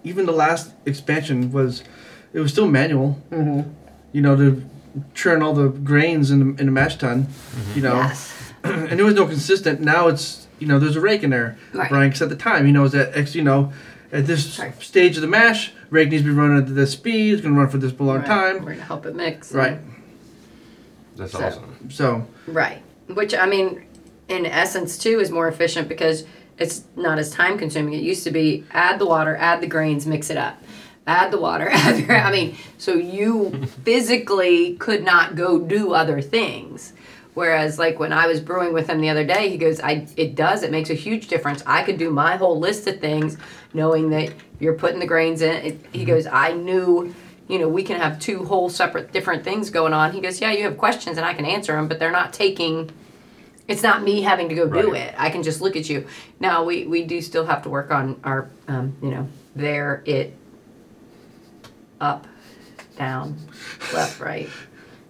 Speaker 3: even the last expansion was, it was still manual. Mm-hmm. You know, to churn all the grains in the, in the mash tun. You know,
Speaker 1: Yes.
Speaker 3: *clears throat* and there was no consistent. Now it's you know there's a rake in there.
Speaker 1: Right.
Speaker 3: Brian said at the time he knows that X you know at this
Speaker 1: Right.
Speaker 3: stage of the mash rake needs to be running at this speed. It's gonna run for this long
Speaker 1: Right. We're
Speaker 3: time.
Speaker 1: going to help it mix.
Speaker 3: Right.
Speaker 2: That's
Speaker 1: So-
Speaker 2: awesome.
Speaker 3: So
Speaker 1: Right. Which I mean, in essence, too, is more efficient because it's not as time consuming. It used to be add the water, add the grains, mix it up, add the water, *laughs* add the. gra- I mean, so you physically could not go do other things. Whereas, like when I was brewing with him the other day, he goes, "I it does. It makes a huge difference. I could do my whole list of things, knowing that you're putting the grains in." It, he goes, "I knew." you know, we can have two whole separate different things going on. He goes, yeah, you have questions and I can answer them, but they're not taking. It's not me having to go do
Speaker 2: Right.
Speaker 1: it. I can just look at you. Now we we do still have to work on our, um, you know, there it, up, down, left, right,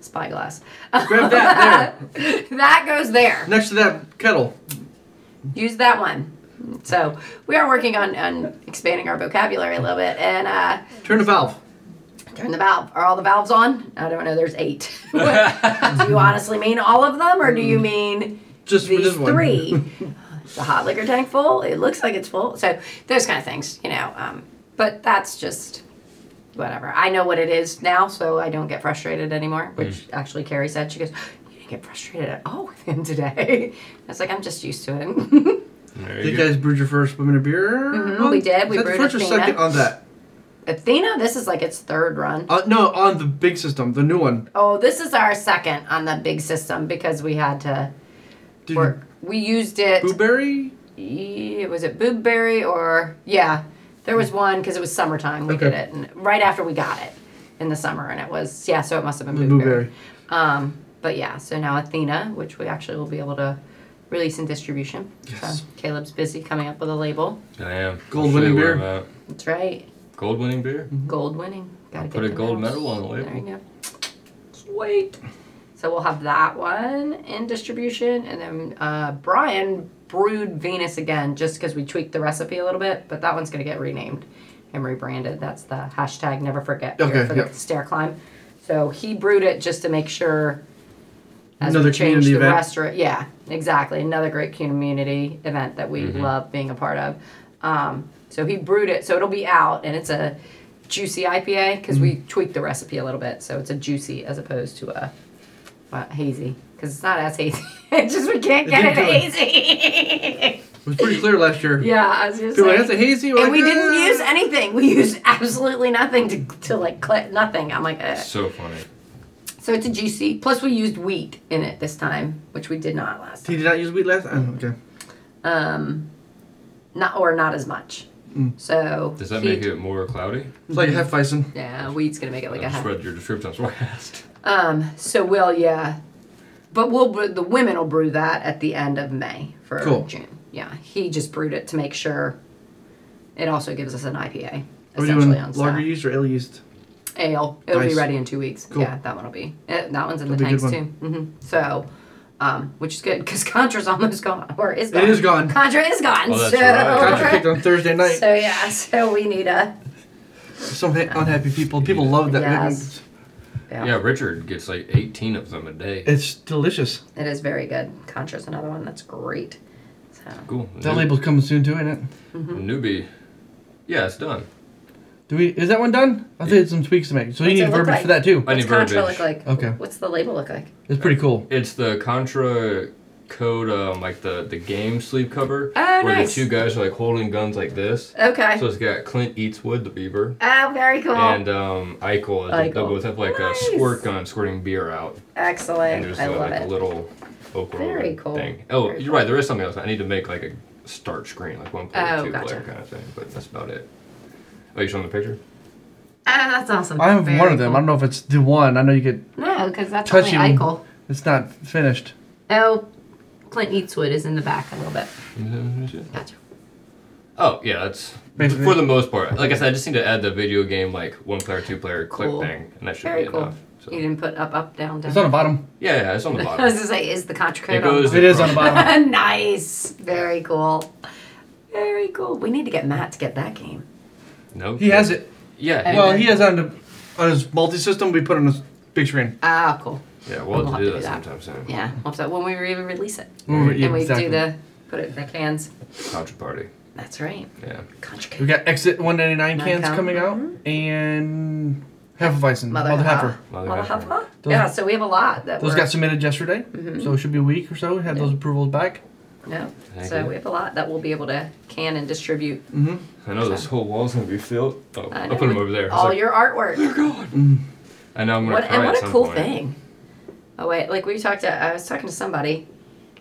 Speaker 1: spyglass.
Speaker 3: grab that there
Speaker 1: *laughs* that goes *laughs* there.
Speaker 3: next to that kettle.
Speaker 1: Use that one. So we are working on, on expanding our vocabulary a little bit and uh,
Speaker 3: Turn the valve.
Speaker 1: Turn the valve. Are all the valves on? I don't know. There's eight. *laughs* do you honestly mean all of them, or do you mean
Speaker 3: Just
Speaker 1: these
Speaker 3: just one. *laughs*
Speaker 1: three? Is the hot liquor tank full? It looks like it's full. So those kind of things, you know. Um, but that's just whatever. I know what it is now, so I don't get frustrated anymore.
Speaker 3: Mm.
Speaker 1: Which actually, Carrie said she goes, "You didn't get frustrated at all with him today." *laughs* I was like, "I'm just used to it." *laughs*
Speaker 2: There
Speaker 3: Did
Speaker 2: you
Speaker 3: you
Speaker 2: go.
Speaker 3: guys brewed your first women of beer?
Speaker 1: Mhm, we did. We
Speaker 3: Is that
Speaker 1: brewed
Speaker 3: the first or
Speaker 1: Athena.
Speaker 3: second on that.
Speaker 1: Athena, this is like its third run.
Speaker 3: Uh, no, on the big system, the new one.
Speaker 1: Oh, this is our second on the big system because we had to.
Speaker 3: Did
Speaker 1: work. We used it.
Speaker 3: you blueberry?
Speaker 1: Yeah, was it Boobberry or yeah? There was one because it was summertime. We
Speaker 3: Okay.
Speaker 1: did it and right after we got it in the summer, and it was yeah. So it must have been
Speaker 3: The
Speaker 1: Boobberry.
Speaker 3: blueberry.
Speaker 1: Um, but yeah, so now Athena, which we actually will be able to release in distribution.
Speaker 3: Yes.
Speaker 1: So Caleb's busy coming up with a label.
Speaker 2: I am.
Speaker 3: Gold
Speaker 2: I'll show
Speaker 3: winning
Speaker 2: you where
Speaker 3: beer.
Speaker 2: I'm at.
Speaker 1: That's right.
Speaker 2: Gold winning beer.
Speaker 1: Gold winning. Gotta
Speaker 2: Mm-hmm. Put
Speaker 1: get
Speaker 2: a
Speaker 1: the
Speaker 2: gold
Speaker 1: medals.
Speaker 2: medal on the label.
Speaker 1: There you go. Sweet. So we'll have that one in distribution, and then uh, Brian brewed Venus again, just because we tweaked the recipe a little bit, but that one's gonna get renamed and rebranded. That's the hashtag never forget here
Speaker 3: Okay,
Speaker 1: for
Speaker 3: yep.
Speaker 1: the stair climb. So he brewed it just to make sure. As
Speaker 3: Another
Speaker 1: we change
Speaker 3: community
Speaker 1: the
Speaker 3: event.
Speaker 1: restaurant, yeah, exactly. Another great community event that
Speaker 2: Mm-hmm.
Speaker 1: we love being a part of. Um, so he brewed it, so it'll be out, and it's a juicy IPA because we
Speaker 3: Mm.
Speaker 1: tweaked the recipe a little bit, so it's a juicy as opposed to a, a hazy because it's not as hazy. *laughs* it's just we can't
Speaker 3: It
Speaker 1: get it
Speaker 3: didn't do it.
Speaker 1: hazy.
Speaker 3: It was pretty clear last year.
Speaker 1: yeah, I was just
Speaker 3: People were like,
Speaker 1: like,
Speaker 3: that's a hazy. We're
Speaker 1: and
Speaker 3: like,
Speaker 1: we didn't
Speaker 3: "Ah."
Speaker 1: use anything. We used absolutely nothing to to like cl- nothing. I'm like, eh.
Speaker 2: So funny.
Speaker 1: so it's a juicy. Plus we used wheat in it this time, which we did not last
Speaker 3: He
Speaker 1: time.
Speaker 3: did not use wheat last. Oh, okay.
Speaker 1: Um, not or not as much.
Speaker 3: Mm.
Speaker 1: So
Speaker 2: Does that
Speaker 1: he-
Speaker 2: make it more cloudy?
Speaker 3: It's
Speaker 1: Mm-hmm.
Speaker 3: like Hefeweizen.
Speaker 1: Yeah, wheat's gonna make it like
Speaker 2: I
Speaker 1: a
Speaker 2: just
Speaker 1: half.
Speaker 2: read your description. That's why I asked.
Speaker 1: Um, so we'll yeah, but we'll brew, the women will brew that at the end of May for
Speaker 3: Cool.
Speaker 1: June. Yeah, he just brewed it to make sure. It also gives us an IPA
Speaker 3: Are we
Speaker 1: essentially
Speaker 3: doing
Speaker 1: on
Speaker 3: lager
Speaker 1: stack.
Speaker 3: yeast or ale yeast?
Speaker 1: Ale. It'll be
Speaker 3: Nice.
Speaker 1: ready in two weeks.
Speaker 3: Cool.
Speaker 1: Yeah, that one will be. eh, that one's in the
Speaker 3: That'll be a
Speaker 1: tanks
Speaker 3: good
Speaker 1: too. hmm So. Um, which is good *laughs* because Contra's almost gone, or is gone.
Speaker 3: is gone.
Speaker 1: Contra is gone.
Speaker 2: Oh, that's
Speaker 1: so,
Speaker 2: right.
Speaker 1: *laughs*
Speaker 3: Contra kicked on Thursday night.
Speaker 1: so yeah, so we need a
Speaker 3: Some ha- unhappy people. People love that.
Speaker 1: Yes.
Speaker 2: Yeah. Richard gets like 18 of them a day.
Speaker 3: It's delicious.
Speaker 1: It is very good. Contra's another one that's great. So
Speaker 2: Cool.
Speaker 3: That
Speaker 2: New-
Speaker 3: label's coming soon too, isn't it?
Speaker 1: Mm-hmm.
Speaker 2: Newbie. Yeah, it's done.
Speaker 3: Do we? Is that one done? I think it's some tweaks to make. So you
Speaker 1: What's
Speaker 3: need
Speaker 1: it look
Speaker 3: verbiage
Speaker 1: like?
Speaker 3: for that too.
Speaker 2: I need
Speaker 1: What's Contra
Speaker 2: verbiage.
Speaker 1: look like?
Speaker 3: Okay.
Speaker 1: What's the label look like?
Speaker 3: It's pretty cool.
Speaker 2: It's the Contra code, um, like the the game sleeve cover,
Speaker 1: Oh,
Speaker 2: where
Speaker 1: nice.
Speaker 2: the two guys are like holding guns like this.
Speaker 1: Okay.
Speaker 2: So it's got Clint Eastwood, the Beaver,
Speaker 1: oh, very cool.
Speaker 2: and um, Eichel. as
Speaker 1: Eichel.
Speaker 2: They both have like
Speaker 1: Nice.
Speaker 2: a squirt gun squirting beer out, and
Speaker 1: Excellent.
Speaker 2: there's
Speaker 1: I
Speaker 2: uh,
Speaker 1: love
Speaker 2: like a
Speaker 1: it.
Speaker 2: little oak
Speaker 1: Very
Speaker 2: roller
Speaker 1: cool.
Speaker 2: thing. Oh,
Speaker 1: Very
Speaker 2: you're right. There is something else. I need to make like a start screen, like one player,
Speaker 1: Oh,
Speaker 2: two
Speaker 1: gotcha.
Speaker 2: player kind of thing. But that's about it. Oh, you showing the picture?
Speaker 1: Ah, that's awesome.
Speaker 3: I have
Speaker 1: Very
Speaker 3: one of them. I don't know if it's the one. I know you get.
Speaker 1: cool. No, because that's
Speaker 3: Touching.
Speaker 1: only Eichel.
Speaker 3: It's not finished.
Speaker 1: Oh, Clint Eastwood is in the back a little bit. Gotcha.
Speaker 2: Oh yeah, that's
Speaker 3: Basically.
Speaker 2: for the most part. Like I said, I just need to add the video game like one player, two player click
Speaker 1: Cool.
Speaker 2: thing, and that should
Speaker 1: Very
Speaker 2: be
Speaker 1: cool.
Speaker 2: enough. So.
Speaker 1: You
Speaker 2: Yeah,
Speaker 1: didn't put up, up, down, down.
Speaker 3: It's on the bottom.
Speaker 2: yeah, it's on the
Speaker 1: *laughs* I was
Speaker 2: bottom.
Speaker 1: gonna say, is the contra code
Speaker 2: it goes.
Speaker 3: It is on the bottom.
Speaker 1: on? *laughs* nice. Very cool. Very cool. We need to get Matt to get that game.
Speaker 2: No,
Speaker 3: He has it.
Speaker 2: Yeah.
Speaker 3: Well, he has it on, the, on his multi system. We put it on his big screen.
Speaker 1: Ah, cool.
Speaker 2: yeah, we'll
Speaker 1: We'll
Speaker 2: have
Speaker 1: have
Speaker 2: to do
Speaker 1: to
Speaker 2: that
Speaker 1: do that.
Speaker 2: sometime soon.
Speaker 1: Yeah. We'll have to- When we re release it.
Speaker 3: Mm, yeah,
Speaker 1: and we
Speaker 3: exactly.
Speaker 1: do the, put it in the cans.
Speaker 2: Contra party.
Speaker 1: That's right.
Speaker 2: Yeah.
Speaker 1: Contra
Speaker 3: We
Speaker 1: code.
Speaker 3: got Exit 199
Speaker 1: Nine
Speaker 3: cans
Speaker 1: count.
Speaker 3: coming out and Hefeweizen, Mother,
Speaker 1: Mother
Speaker 3: Heifer.
Speaker 2: Mother
Speaker 1: Mother
Speaker 2: Heifer.
Speaker 1: Heifer.
Speaker 3: Those-
Speaker 1: Yeah, so we have a lot that
Speaker 3: Those
Speaker 1: we're,
Speaker 3: got submitted yesterday,
Speaker 1: Mm-hmm.
Speaker 3: so it should be a week or so. We had those approvals back.
Speaker 1: no,
Speaker 2: Thank
Speaker 1: so
Speaker 2: you.
Speaker 1: we have a lot that we'll be able to can and distribute
Speaker 2: I know this whole wall's gonna be filled. Oh,
Speaker 1: I
Speaker 2: I'll
Speaker 1: know,
Speaker 2: put him
Speaker 1: with
Speaker 2: over there. It's
Speaker 1: all
Speaker 2: like,
Speaker 1: your artwork.
Speaker 2: I know I'm gonna
Speaker 1: What,
Speaker 2: cry
Speaker 1: and
Speaker 2: at
Speaker 1: what a
Speaker 2: some
Speaker 1: cool
Speaker 2: point.
Speaker 1: thing. Oh wait, like we talked to, I was talking to somebody.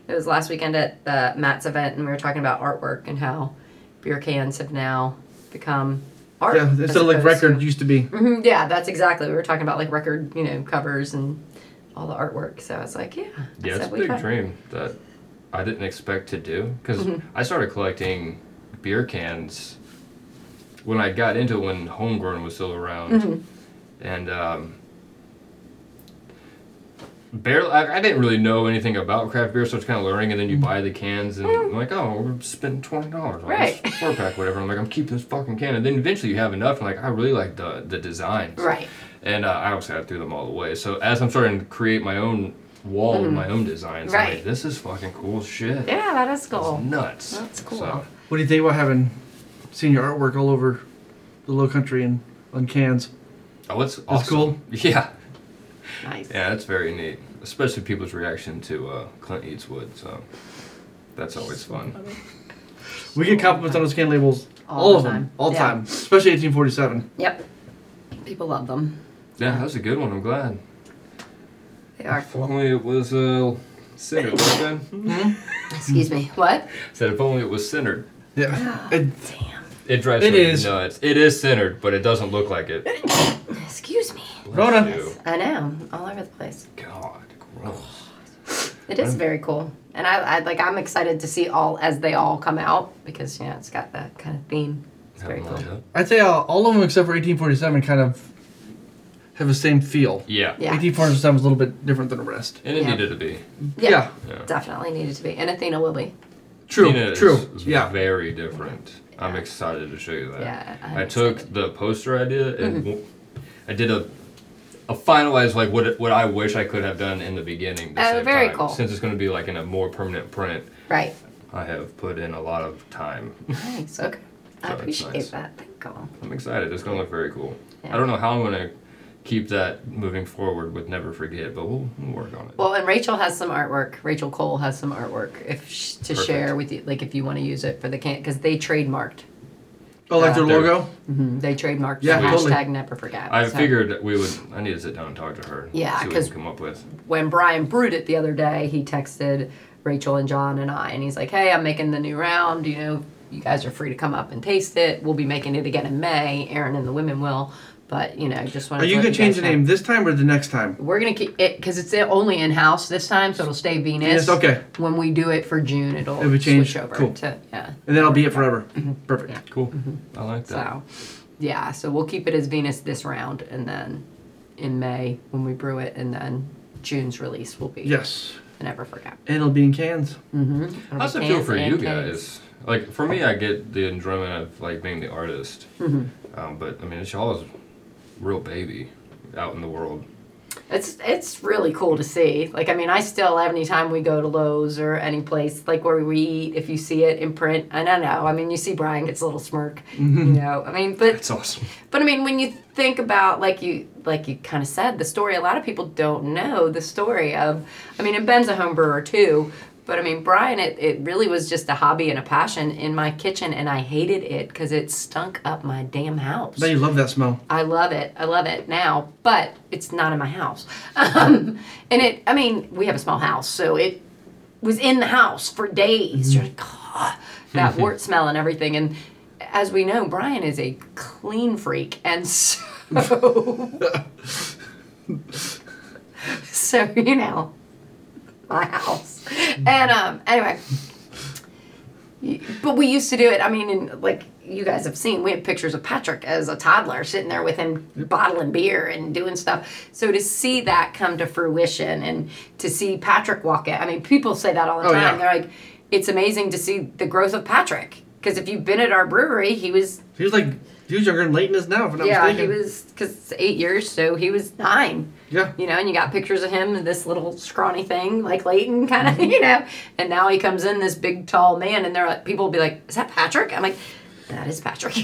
Speaker 1: It was last weekend at the Matt's event, and we were talking about artwork and how beer cans have now become art.
Speaker 3: Yeah,
Speaker 1: as
Speaker 3: instead of like
Speaker 1: opposed to-
Speaker 3: record used to be.
Speaker 1: Mhm, yeah, that's exactly. We were talking about like record, you know, covers and all the artwork. So I was like, yeah,
Speaker 2: Yeah,
Speaker 1: so
Speaker 2: it's a
Speaker 1: we
Speaker 2: big
Speaker 1: got-
Speaker 2: dream that I didn't expect to do because
Speaker 1: Mm-hmm.
Speaker 2: I started collecting beer cans when I got into it when Homegrown was still around,
Speaker 1: Mm-hmm.
Speaker 2: and um, barely I, I didn't really know anything about craft beer, so it's kind of learning. And then you
Speaker 1: Mm-hmm.
Speaker 2: buy the cans, and I'm like, oh, we're spending twenty dollars on
Speaker 1: Right.
Speaker 2: this four pack, whatever. I'm like, I'm keeping this fucking can, and then eventually you have enough, and like, I really like the the designs,
Speaker 1: Right.
Speaker 2: and uh, I obviously I threw them all away. So as I'm starting to create my own wall and my own designs, I'm
Speaker 1: Mm. Right.
Speaker 2: like, this is fucking cool shit.
Speaker 1: Yeah, that is
Speaker 2: It's
Speaker 1: cool.
Speaker 2: nuts.
Speaker 1: That's cool.
Speaker 2: So,
Speaker 3: What do you think about having seen your artwork all over the Low Country and on cans?
Speaker 2: oh, it's awesome.
Speaker 3: cool.
Speaker 2: *laughs* Yeah,
Speaker 1: Nice.
Speaker 2: yeah, that's very neat. Especially people's reaction to uh, Clint Eastwood. So that's always fun.
Speaker 3: We get compliments on those can labels all,
Speaker 1: All the
Speaker 3: of them,
Speaker 1: time.
Speaker 3: all the
Speaker 1: Yeah.
Speaker 3: time, especially 1847.
Speaker 1: Yep. People love them.
Speaker 2: Yeah, that was a good one. I'm glad.
Speaker 1: They are.
Speaker 2: If only it was uh, centered. Right
Speaker 1: *laughs*
Speaker 2: then?
Speaker 1: Excuse *laughs* me. What?
Speaker 2: Said if only it was centered.
Speaker 3: Yeah, it,
Speaker 1: Damn.
Speaker 2: It drives
Speaker 3: It
Speaker 2: me
Speaker 3: is.
Speaker 2: nuts. It is centered, but it doesn't look like it.
Speaker 1: Excuse me.
Speaker 2: Bless
Speaker 3: Rhoda.
Speaker 2: you.
Speaker 1: I know. All over the place.
Speaker 2: God, gross.
Speaker 1: It is very cool, and I, I like. I'm excited to see all as they all come out because you know it's got that kind of theme. It's very
Speaker 2: Haven't
Speaker 1: cool.
Speaker 2: lined up.
Speaker 3: I'd say uh, all of them except for 1847 kind of have the same feel.
Speaker 2: Yeah.
Speaker 1: Yeah.
Speaker 3: 1847 is a little bit different than the rest.
Speaker 2: And it
Speaker 1: Yeah.
Speaker 2: needed to be.
Speaker 1: Yeah,
Speaker 3: Yeah.
Speaker 2: Yeah.
Speaker 1: definitely needed to be, and Athena will be.
Speaker 3: True.
Speaker 2: Tina is-
Speaker 3: true.
Speaker 2: is
Speaker 3: yeah.
Speaker 2: Very different. I'm excited to show you that.
Speaker 1: Yeah, Mm-hmm. I'm
Speaker 2: I took the poster idea and w- I did a a finalized like what it- what I wish I could have done in the beginning. this
Speaker 1: Oh,
Speaker 2: same
Speaker 1: very
Speaker 2: time.
Speaker 1: cool.
Speaker 2: Since it's going to be like in a more permanent print,
Speaker 1: *laughs* Right.
Speaker 2: I have put in a lot of time. *laughs*
Speaker 1: Nice. Okay. I
Speaker 2: So it's
Speaker 1: appreciate
Speaker 2: nice.
Speaker 1: that. Thank you.
Speaker 2: I'm excited. It's going to look very cool.
Speaker 1: Yeah.
Speaker 2: I don't know how I'm going to keep that moving forward with Never Forget, but we'll, we'll work on it.
Speaker 1: Well, and Rachel has some artwork. Rachel Cole has some artwork if sh- to
Speaker 2: Perfect.
Speaker 1: share with you, like if you want to use it for the can, because they trademarked.
Speaker 3: Oh, like their
Speaker 2: Yeah.
Speaker 3: logo?
Speaker 1: Mhm, They trademarked.
Speaker 3: Yeah,
Speaker 1: the
Speaker 3: totally.
Speaker 1: Hashtag never forget.
Speaker 2: I
Speaker 1: So
Speaker 2: figured we would. I need to sit down and talk to her.
Speaker 1: Yeah,
Speaker 2: see what we
Speaker 1: 'cause-
Speaker 2: can come up with.
Speaker 1: When Brian brewed it the other day, he texted Rachel and John and I, and he's like, "Hey, I'm making the new round. You know, you guys are free to come up and taste it. We'll be making it again in May. Aaron and the women will, but you know, just want
Speaker 3: Are you
Speaker 1: going
Speaker 3: going
Speaker 1: to
Speaker 3: to change the name this time or the next time?
Speaker 1: We're gonna keep it because it's only in house this time, so it'll stay Venus.
Speaker 3: Venus, okay.
Speaker 1: When we do it for June, it'll,
Speaker 3: It'll be changed.
Speaker 1: switch over
Speaker 3: Cool.
Speaker 1: to yeah.
Speaker 3: And then I'll be it forever.
Speaker 1: Mm-hmm.
Speaker 3: Perfect.
Speaker 2: Cool. I like that.
Speaker 1: So yeah, so we'll keep it as Venus this round, and then in May when we brew it, and then June's release will be
Speaker 3: Yes.
Speaker 1: the Never forget.
Speaker 3: And it'll be in cans.
Speaker 1: It'll be
Speaker 2: How's it feel
Speaker 1: cans
Speaker 2: for
Speaker 1: and
Speaker 2: you
Speaker 1: cans.
Speaker 2: guys? Like for me, I get the enjoyment of like being the artist,
Speaker 1: Mm-hmm.
Speaker 2: um, but I mean, it's y'all's real baby out in the world.
Speaker 1: It's it's really cool to see. Like I mean, I still any time we go to Lowe's or any place like where we eat, if you see it in print, and I know. I mean, you see Brian gets a little smirk,
Speaker 2: *laughs*
Speaker 1: you know. I mean, but
Speaker 2: awesome.
Speaker 1: But I mean, when you think about like you like you kind of said the story, a lot of people don't know the story of. I mean, and Ben's a home brewer too, But I mean, Brian, it, it really was just a hobby and a passion in my kitchen, and I hated it because it stunk up my damn house.
Speaker 3: Now you love that smell.
Speaker 1: I love it. I love it now, but it's not in my house. *laughs* Um, and it, I mean, we have a small house, so it was in the house for days. You're like, "God," that wart smell and everything. And as we know, Brian is a clean freak, and so, *laughs* so you know, my house. And um, anyway, but we used to do it. I mean, and like you guys have seen, we have pictures of Patrick as a toddler sitting there with him bottling beer and doing stuff. So to see that come to fruition and to see Patrick walk out, I mean, people say that all the
Speaker 3: Oh,
Speaker 1: time.
Speaker 3: yeah.
Speaker 1: They're like, it's amazing to see the growth of Patrick. Because if you've been at our brewery, he was,
Speaker 3: He was like he was younger than Leighton is now, if I'm not
Speaker 1: yeah, he
Speaker 3: mistaken.
Speaker 1: was, because it's eight years, so he was nine
Speaker 3: yeah.
Speaker 1: you know, and you got pictures of him and this little scrawny thing, like Leighton, kind of, *laughs* you know. And now he comes in this big, tall man, and they're like, people will be like, "Is that Patrick?" I'm like, "That is Patrick."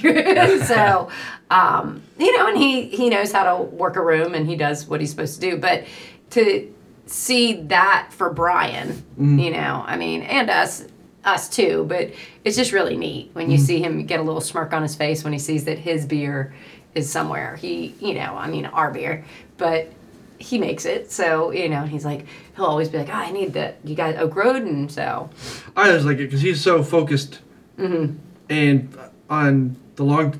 Speaker 1: *laughs* so, um, you know, and he he knows how to work a room and he does what he's supposed to do. But to see that for Brian, you know, I mean, and us. Us too, but it's just really neat when you see him get a little smirk on his face when he sees that his beer is somewhere. He, you know, I mean, our beer, but he makes it. So, you know, he's like, he'll always be like, "Ah, I need that. You guys, Oak Road. And so,
Speaker 3: I always like it because he's so focused
Speaker 1: Mm-hmm.
Speaker 3: and on the long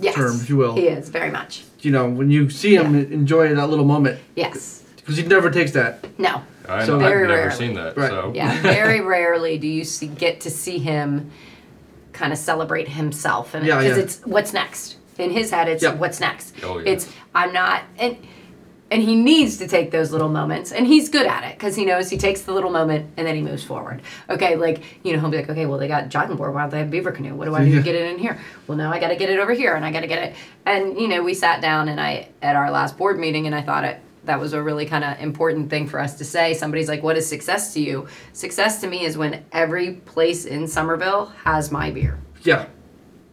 Speaker 1: yes.
Speaker 3: Term, if you will.
Speaker 1: He is, very much.
Speaker 3: you know, when you see him enjoy that little moment
Speaker 1: Yes.
Speaker 3: because he never takes that.
Speaker 1: No.
Speaker 2: I,
Speaker 3: So-
Speaker 2: I've
Speaker 1: Very
Speaker 2: never
Speaker 1: rarely.
Speaker 2: seen that.
Speaker 3: Right.
Speaker 2: So
Speaker 1: Yeah. Very *laughs* rarely do you see, get to see him kind of celebrate himself. And
Speaker 3: Yeah,
Speaker 1: because
Speaker 3: yeah.
Speaker 1: it's what's next. In his head, it's
Speaker 3: Yeah.
Speaker 1: what's next.
Speaker 2: Oh, yeah.
Speaker 1: It's, I'm not, and, and he needs to take those little moments and he's good at it because he knows he takes the little moment and then he moves forward okay like you know he'll be like okay well they got jogging board why don't they have beaver canoe what do i do
Speaker 3: Yeah.
Speaker 1: to get it in here well now i got to get it over here and i got to get it and you know we sat down and i at our last board meeting and i thought it that was a really kind of important thing for us to say somebody's like what is success to you success to me is when every place in somerville has my beer
Speaker 3: Yeah.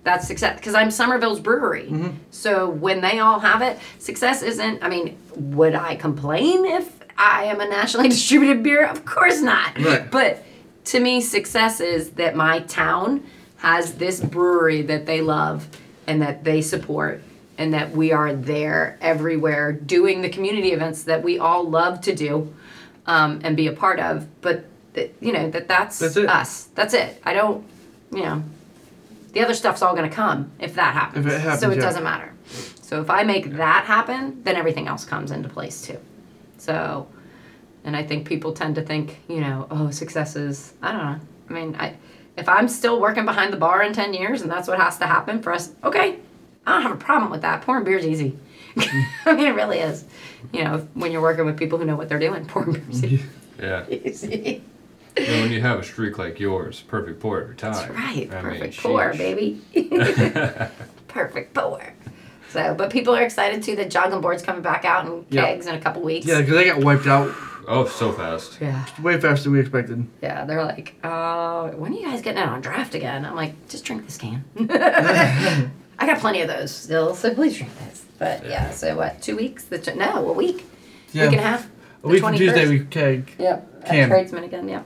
Speaker 1: that's success because I'm Somerville's brewery.
Speaker 3: Mm-hmm.
Speaker 1: So when they all have it, success isn't. I mean, would I complain if I am a nationally *laughs* distributed beer? Of course not.
Speaker 3: Right.
Speaker 1: But to me, success is that my town has this brewery that they love and that they support, and that we are there everywhere doing the community events that we all love to do um, and be a part of. But that, you know that that's,
Speaker 3: That's it.
Speaker 1: us. That's it. I don't. You know. The other stuff's all going to come if that happens.
Speaker 3: If it happens,
Speaker 1: so it
Speaker 3: yeah.
Speaker 1: doesn't matter. So if I make that happen, then everything else comes into place too. So, and I think people tend to think, you know, oh, success is, I don't know. I mean, I, if I'm still working behind the bar in 10 years and that's what has to happen for us, okay, I don't have a problem with that. Pouring beer's easy. *laughs* I mean, it really is. You know, when you're working with people who know what they're doing, pouring
Speaker 3: *laughs*
Speaker 1: beer's
Speaker 2: *laughs*
Speaker 1: *laughs*
Speaker 2: yeah.
Speaker 1: easy.
Speaker 2: And when you have a streak like yours, perfect pour every time.
Speaker 1: That's right.
Speaker 2: I mean,
Speaker 1: Perfect pour,
Speaker 2: sheesh.
Speaker 3: *laughs*
Speaker 1: baby. Perfect pour. So, but people are excited too that jogging board's coming back out in
Speaker 3: Yeah.
Speaker 1: kegs in a couple weeks.
Speaker 3: Yeah, because they got wiped out
Speaker 2: Oh, so fast.
Speaker 1: Yeah.
Speaker 3: way faster than we expected.
Speaker 1: Yeah, they're like, uh, when are you guys getting out on draft again? I'm like, just drink this
Speaker 3: *laughs*
Speaker 1: can. *laughs* I got plenty of those still, so please drink this. But yeah, so what, two weeks? The t- no, a week.
Speaker 3: Yeah.
Speaker 1: Week and a half.
Speaker 3: A
Speaker 1: The
Speaker 3: week from
Speaker 1: 21st.
Speaker 3: Tuesday we keg.
Speaker 1: Yep. At
Speaker 3: Can.
Speaker 1: tradesman again, yeah.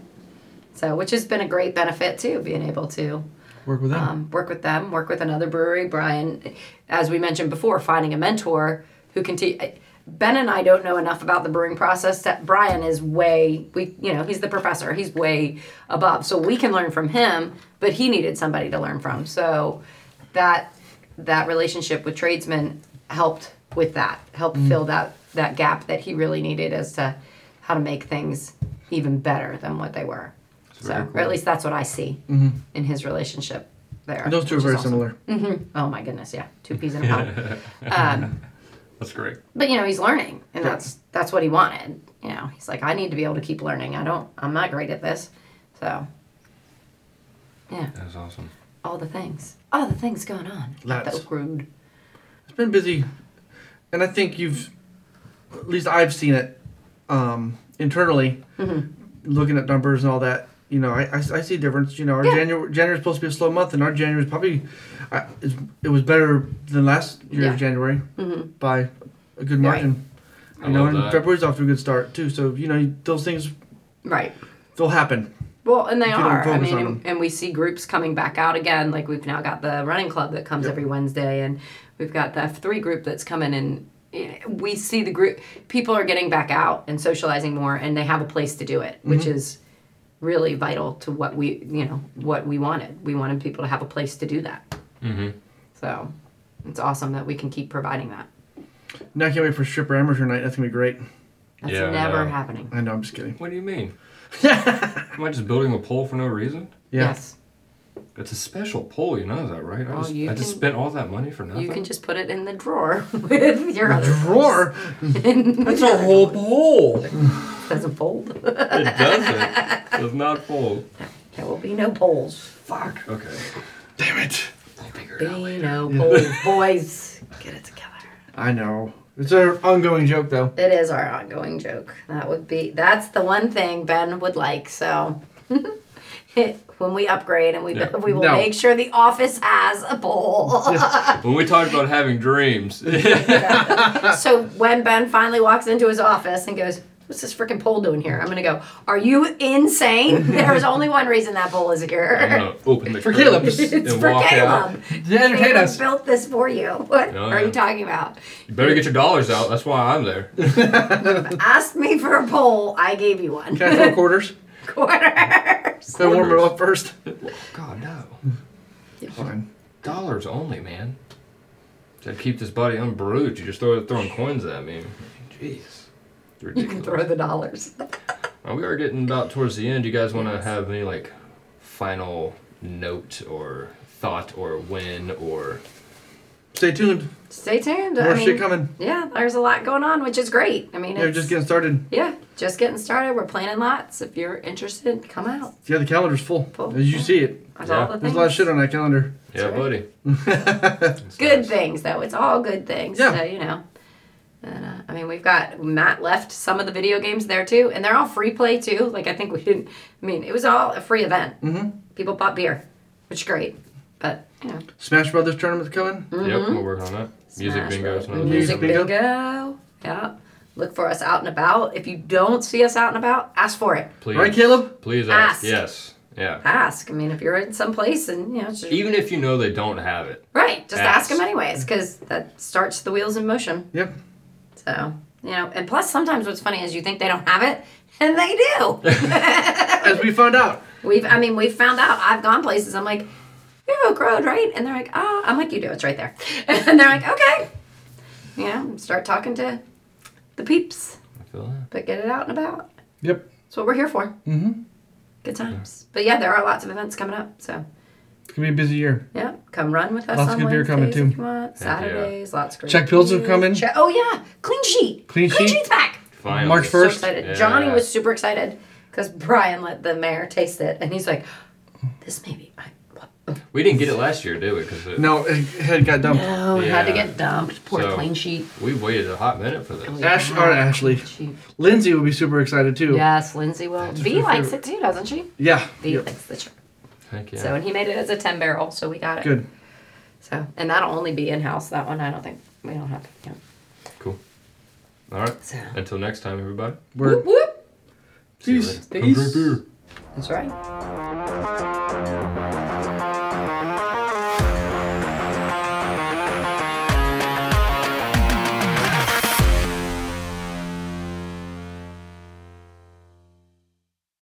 Speaker 1: So, which has been a great benefit too, being able to
Speaker 3: Work with them.
Speaker 1: um, work with them, work with another brewery. Brian, as we mentioned before, finding a mentor who can teach. Ben and I don't know enough about the brewing process. That Brian is way we you know he's the professor. He's way above, so we can learn from him. But he needed somebody to learn from. So that that relationship with tradesmen helped with that. Helped
Speaker 2: Mm.
Speaker 1: fill that that gap that he really needed as to how to make things even better than what they were. So,
Speaker 2: very
Speaker 1: or at
Speaker 2: cool.
Speaker 1: least that's what I see in his relationship there.
Speaker 3: And Mm-hmm. those two are
Speaker 1: Um, which is
Speaker 3: very
Speaker 1: awesome.
Speaker 3: similar.
Speaker 1: Oh my goodness, yeah, two peas in a pod. um,
Speaker 2: That's great.
Speaker 1: but you know, he's learning, and that's that's what he wanted. You know, he's like, I need to be able to keep learning. I don't, I'm not great at this, so yeah,
Speaker 2: That was awesome.
Speaker 1: all the things, all the things going on. at The
Speaker 3: Lots.
Speaker 1: Oak Road.
Speaker 3: It's been busy, and I think you've, at least I've seen it, um, internally,
Speaker 1: Mm-hmm.
Speaker 3: looking at numbers and all that. You know, I, I, I see a difference. You know, our
Speaker 1: Yeah.
Speaker 3: January January is supposed to be a slow month, and our January is probably, I, it's, it was better than last year's
Speaker 1: Yeah. Mm-hmm.
Speaker 3: January by a good
Speaker 1: Right.
Speaker 3: margin.
Speaker 2: I
Speaker 3: You know,
Speaker 2: love
Speaker 3: and
Speaker 2: that.
Speaker 3: February's off to a good start too. So you know, those things
Speaker 1: Right.
Speaker 3: they'll happen.
Speaker 1: Well, and they
Speaker 3: you don't
Speaker 1: are. I
Speaker 3: focus
Speaker 1: mean,
Speaker 3: on
Speaker 1: and, and we see groups coming back out again. Like we've now got the running club that comes every Wednesday, and we've got the F three group that's coming, and eh, we see the group. People are getting back out and socializing more, and they have a place to do
Speaker 3: Mm-hmm.
Speaker 1: it, which is really vital to what we, you know, what we wanted. We wanted people to have a place to do that.
Speaker 2: Mm-hmm.
Speaker 1: So it's awesome that we can keep providing that.
Speaker 3: Now I can't wait for stripper amateur night. That's gonna be great.
Speaker 1: That's
Speaker 2: Yeah, I
Speaker 1: never
Speaker 2: know.
Speaker 1: happening.
Speaker 3: I know. I'm just kidding.
Speaker 2: What do you
Speaker 1: *laughs*
Speaker 2: mean? Am I just building a pole for no reason?
Speaker 3: Yeah.
Speaker 1: Yes.
Speaker 2: It's a special pole, you know that, right? I
Speaker 1: Oh,
Speaker 2: just,
Speaker 1: you
Speaker 2: I just
Speaker 1: can-
Speaker 2: spent all that money for nothing.
Speaker 1: You can just put it in the drawer *laughs* with your other
Speaker 3: Drawer.
Speaker 2: That's
Speaker 1: *laughs*
Speaker 2: our whole pole.
Speaker 1: Doesn't fold.
Speaker 2: It doesn't. Does not fold.
Speaker 1: There will be no polls.
Speaker 2: Fuck. Okay.
Speaker 3: Damn it.
Speaker 2: I'll figure it out.
Speaker 1: Be no polls,
Speaker 2: *laughs*
Speaker 1: boys. Get it together.
Speaker 3: I know. It's an ongoing joke though.
Speaker 1: It is our ongoing joke. That would be. That's the one thing Ben would like. So. *laughs* When we upgrade and we
Speaker 2: Yeah.
Speaker 1: we will
Speaker 3: No.
Speaker 1: make sure the office has a bowl.
Speaker 2: When we talked about having dreams, *laughs* yeah,
Speaker 1: *laughs* so when Ben finally walks into his office and goes, "What's this freaking pole doing here?" I'm gonna go, "Are you
Speaker 2: *laughs*
Speaker 1: insane? There's only one reason that pole is
Speaker 2: I'm
Speaker 1: here.
Speaker 2: gonna open the
Speaker 3: For
Speaker 2: curtains
Speaker 3: Caleb.
Speaker 1: *laughs* it's
Speaker 2: and
Speaker 1: for
Speaker 2: walk out.
Speaker 1: Caleb.
Speaker 3: Yeah, entertain
Speaker 1: Caleb *laughs*
Speaker 3: us.
Speaker 1: built this for you. What
Speaker 2: Oh,
Speaker 1: are
Speaker 2: yeah.
Speaker 1: you talking about?
Speaker 2: You better get your dollars out. That's why I'm there.
Speaker 1: Asked me for a poll. I gave you one. *laughs*
Speaker 3: Can I throw quarters?
Speaker 1: Quarters.
Speaker 3: Gotta warm it up first.
Speaker 2: God no.
Speaker 3: Fine.
Speaker 2: Dollars only, man. To keep this body unbruised, you just throw throwing coins at me. Jeez.
Speaker 1: You can throw the dollars.
Speaker 2: Uh, we are getting about towards the end. You guys want to have any like final note or thought or win or
Speaker 3: Stay tuned.
Speaker 1: Stay tuned.
Speaker 3: More
Speaker 1: I mean,
Speaker 3: shit coming.
Speaker 1: Yeah, there's a lot going on, which is great. I mean,
Speaker 3: Yeah, we're
Speaker 1: it's,
Speaker 3: just getting started.
Speaker 1: yeah, just getting started. We're planning lots. If you're interested, come out.
Speaker 3: Yeah, the calendar's full.
Speaker 1: Full.
Speaker 3: As you see it.
Speaker 1: That's
Speaker 2: Yeah.
Speaker 1: all the
Speaker 3: There's a lot of
Speaker 1: things.
Speaker 3: shit on that calendar.
Speaker 2: yeah,
Speaker 1: right.
Speaker 2: buddy.
Speaker 1: *laughs*
Speaker 2: It's
Speaker 1: good
Speaker 2: nice.
Speaker 1: things though it's all good things
Speaker 3: Yeah.
Speaker 1: so you know and, uh, i mean we've got matt left some of the video games there too and they're all free play too like i think we didn't i mean it was all a free event
Speaker 3: Mm.
Speaker 1: mm-hmm. people bought beer which is great but you know
Speaker 3: Smash Brothers tournament's coming.
Speaker 2: Yep, we'll work on that. Music
Speaker 1: Smash
Speaker 2: bingo. is
Speaker 1: Bros.
Speaker 2: another
Speaker 1: music
Speaker 2: thing.
Speaker 1: bingo.
Speaker 3: Bingo.
Speaker 1: yeah look for us out and about if you don't see us out and about ask for it
Speaker 2: Please,
Speaker 3: Right, Caleb?
Speaker 2: Please ask.
Speaker 1: Ask.
Speaker 2: Yes. Yeah.
Speaker 1: ask i mean if you're in some place and you know it's just-
Speaker 2: Even if you know they don't have it.
Speaker 1: right just ask
Speaker 2: Ask.
Speaker 1: them anyways because that starts the wheels in motion
Speaker 3: Yep.
Speaker 1: So, you know, and plus sometimes what's funny is you think they don't have it, and they do.
Speaker 2: *laughs*
Speaker 1: *laughs*
Speaker 3: As we found out.
Speaker 1: we've, I mean, we've found out. I've gone places. I'm like, you have Oak Road, right? And they're like, oh, I'm like, you do. It's right there. *laughs* And they're like, okay. You know, start talking to the peeps,
Speaker 2: I feel that.
Speaker 1: but get it out and about.
Speaker 3: Yep.
Speaker 1: That's what we're here for.
Speaker 3: Mm-hmm.
Speaker 1: Good times. But yeah, there are lots of events coming up. So
Speaker 3: It's gonna be a busy year.
Speaker 1: yeah, come run with us.
Speaker 3: Lots of
Speaker 1: on
Speaker 3: good beer coming,
Speaker 1: Wednesdays if
Speaker 3: too.
Speaker 1: you want.
Speaker 2: Heck yeah.
Speaker 1: Saturdays, lots of great.
Speaker 3: Check pills have
Speaker 1: beer.
Speaker 3: come in.
Speaker 1: Che- oh yeah, clean sheet.
Speaker 3: Clean sheet?
Speaker 1: sheet's back.
Speaker 2: Finally.
Speaker 3: March
Speaker 1: so
Speaker 3: 1st. First-
Speaker 1: excited.
Speaker 2: Yeah.
Speaker 1: Johnny was super excited because Brian let the mayor taste it, and he's like, "This maybe I what?
Speaker 2: We didn't get it last year, did we? Because
Speaker 3: No, it had got dumped.
Speaker 1: no, it oh, had to
Speaker 2: Yeah.
Speaker 1: get dumped. Poor
Speaker 2: So-
Speaker 1: clean sheet."
Speaker 2: we waited a hot minute for this.
Speaker 3: Ash or Ashley.
Speaker 1: She,
Speaker 3: Lindsay will be super excited too.
Speaker 1: yes, Lindsay will. V likes it too, doesn't she?
Speaker 3: Yeah.
Speaker 1: V
Speaker 3: Yep.
Speaker 1: likes the chip.
Speaker 2: Heck yeah.
Speaker 1: So, and he made it as a ten barrel, so we got it.
Speaker 3: Good.
Speaker 1: So, and that'll only be in house. That one, I don't think we don't have. Yeah.
Speaker 2: Cool. All right.
Speaker 1: So,
Speaker 2: Until next time, everybody.
Speaker 3: We're
Speaker 1: whoop whoop.
Speaker 2: See you
Speaker 3: Peace.
Speaker 2: later. Come drink
Speaker 3: Peace.
Speaker 2: beer.
Speaker 1: That's right.